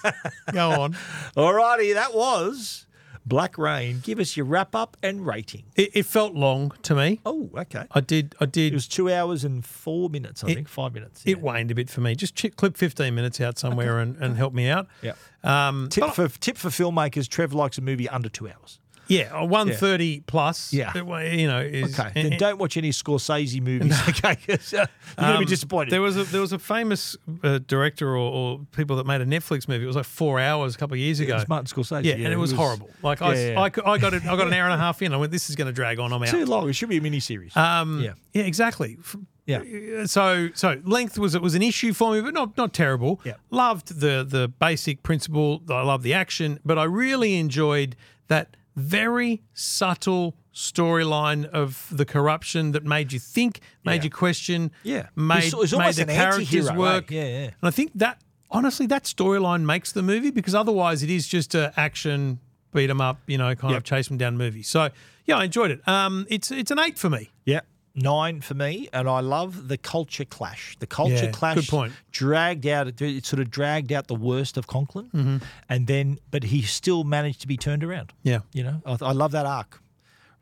Go on. All righty, that was Black Rain. Give us your wrap up and rating. It, it felt long to me. Oh, okay. I did. I did. It was two hours and four minutes, I It- think, five minutes. It waned a bit for me. Just chi- clip 15 minutes out somewhere and, and help me out. Yeah. Um, Tip but- for tip for filmmakers: Trev likes a movie under two hours. yeah, 130 plus. Yeah. it wa- You know, is, eh, Okay, then and- don't watch any Scorsese movies. Okay, 'cause, uh, you're gonna be Um, disappointed. There was a there was a famous uh, director or, or people that made a Netflix movie. It was like four hours a couple of years It ago. was Martin Scorsese, Yeah, yeah, and it it was, was- horrible. Like I, s- Yeah, yeah. I c- I got it. I got an hour and a half in. I went, this is going to drag on. I'm out. too long. It should be a miniseries. Um, yeah. Yeah. exactly. F- Yeah. uh, So, so length was it was an issue for me, but not not terrible. Yeah. Loved the the basic principle. I love the action, but I really enjoyed that very subtle storyline of the corruption that made you think, made you question, Yeah. made, It's- it's made almost the an characters anti-hero, work. eh? Yeah, yeah. And I think that honestly, that storyline makes the movie because otherwise it is just a action beat 'em up, you know, kind of Yep. chase 'em down movie. So yeah, I enjoyed it. Um, it's it's an eight for me. Yeah. Nine for me, and I love the culture clash. The culture Yeah, clash good point. dragged out, it sort of dragged out the worst of Conklin, Mhm. and then, but he still managed to be turned around. Yeah. You know, I, I love that arc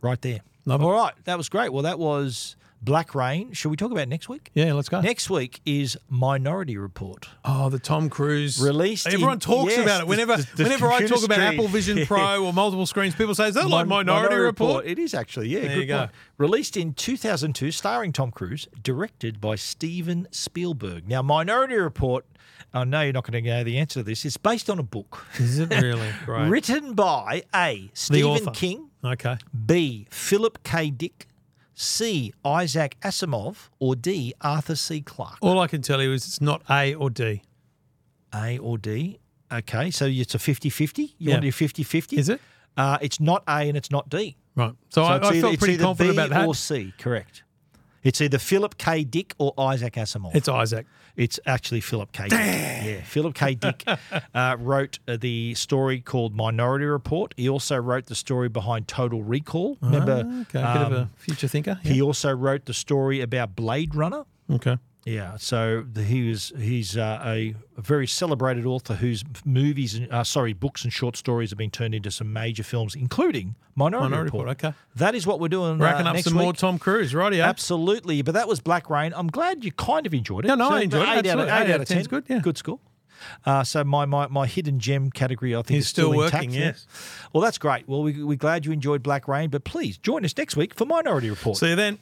right there. All right, that was great. Well, that was Black Rain. Should we talk about next week? Yeah, let's go. Next week is Minority Report. Oh, the Tom Cruise released. Everyone in- talks yes, about it. the- Whenever the- the whenever I computer talk about screen. Apple Vision Pro or multiple screens, people say, is that like Min- Minority, Report? It is actually, yeah. There good you go. point. Released in 2002, starring Tom Cruise, directed by Steven Spielberg. Now, Minority Report, I know you're not going to know the answer to this, it's based on a book. Is it really? Right. Written by A. Stephen author. King, Okay. B. Philip K. Dick, C. Isaac Asimov, or D. Arthur C. Clarke. All I can tell you is it's not A or D. A or D. Okay, so it's a 50 50. You Yeah. want to do 50 50? Is it? Uh, it's not A and it's not D. Right. So, I, it's I either- felt it's pretty either confident B about that. Or C, correct. It's either Philip K. Dick or Isaac Asimov. It's Isaac. It's actually Philip K. Dick. Yeah, Philip K. Dick uh, wrote uh, the story called Minority Report. He also wrote the story behind Total Recall. Remember? Ah, okay, a bit of a um, future thinker. He also wrote the story about Blade Runner. Okay. Yeah, so the, he was he's uh, a, a very celebrated author whose movies and uh, sorry books and short stories have been turned into some major films, including Minority, Minority Report. Report, okay. that is what we're doing. Racking uh, up next some week. more Tom Cruise, right? Yeah. Absolutely, but that was Black Rain. I'm glad you kind of enjoyed it. No, no, I So, enjoyed it. eight Out of, Absolutely. eight out of 10 's good, yeah. good score. Uh, so my, my my hidden gem category, I think, He's is still, still intact working, there. yes. Well, that's great. Well, we, we're glad you enjoyed Black Rain, but please join us next week for Minority Report. See you then.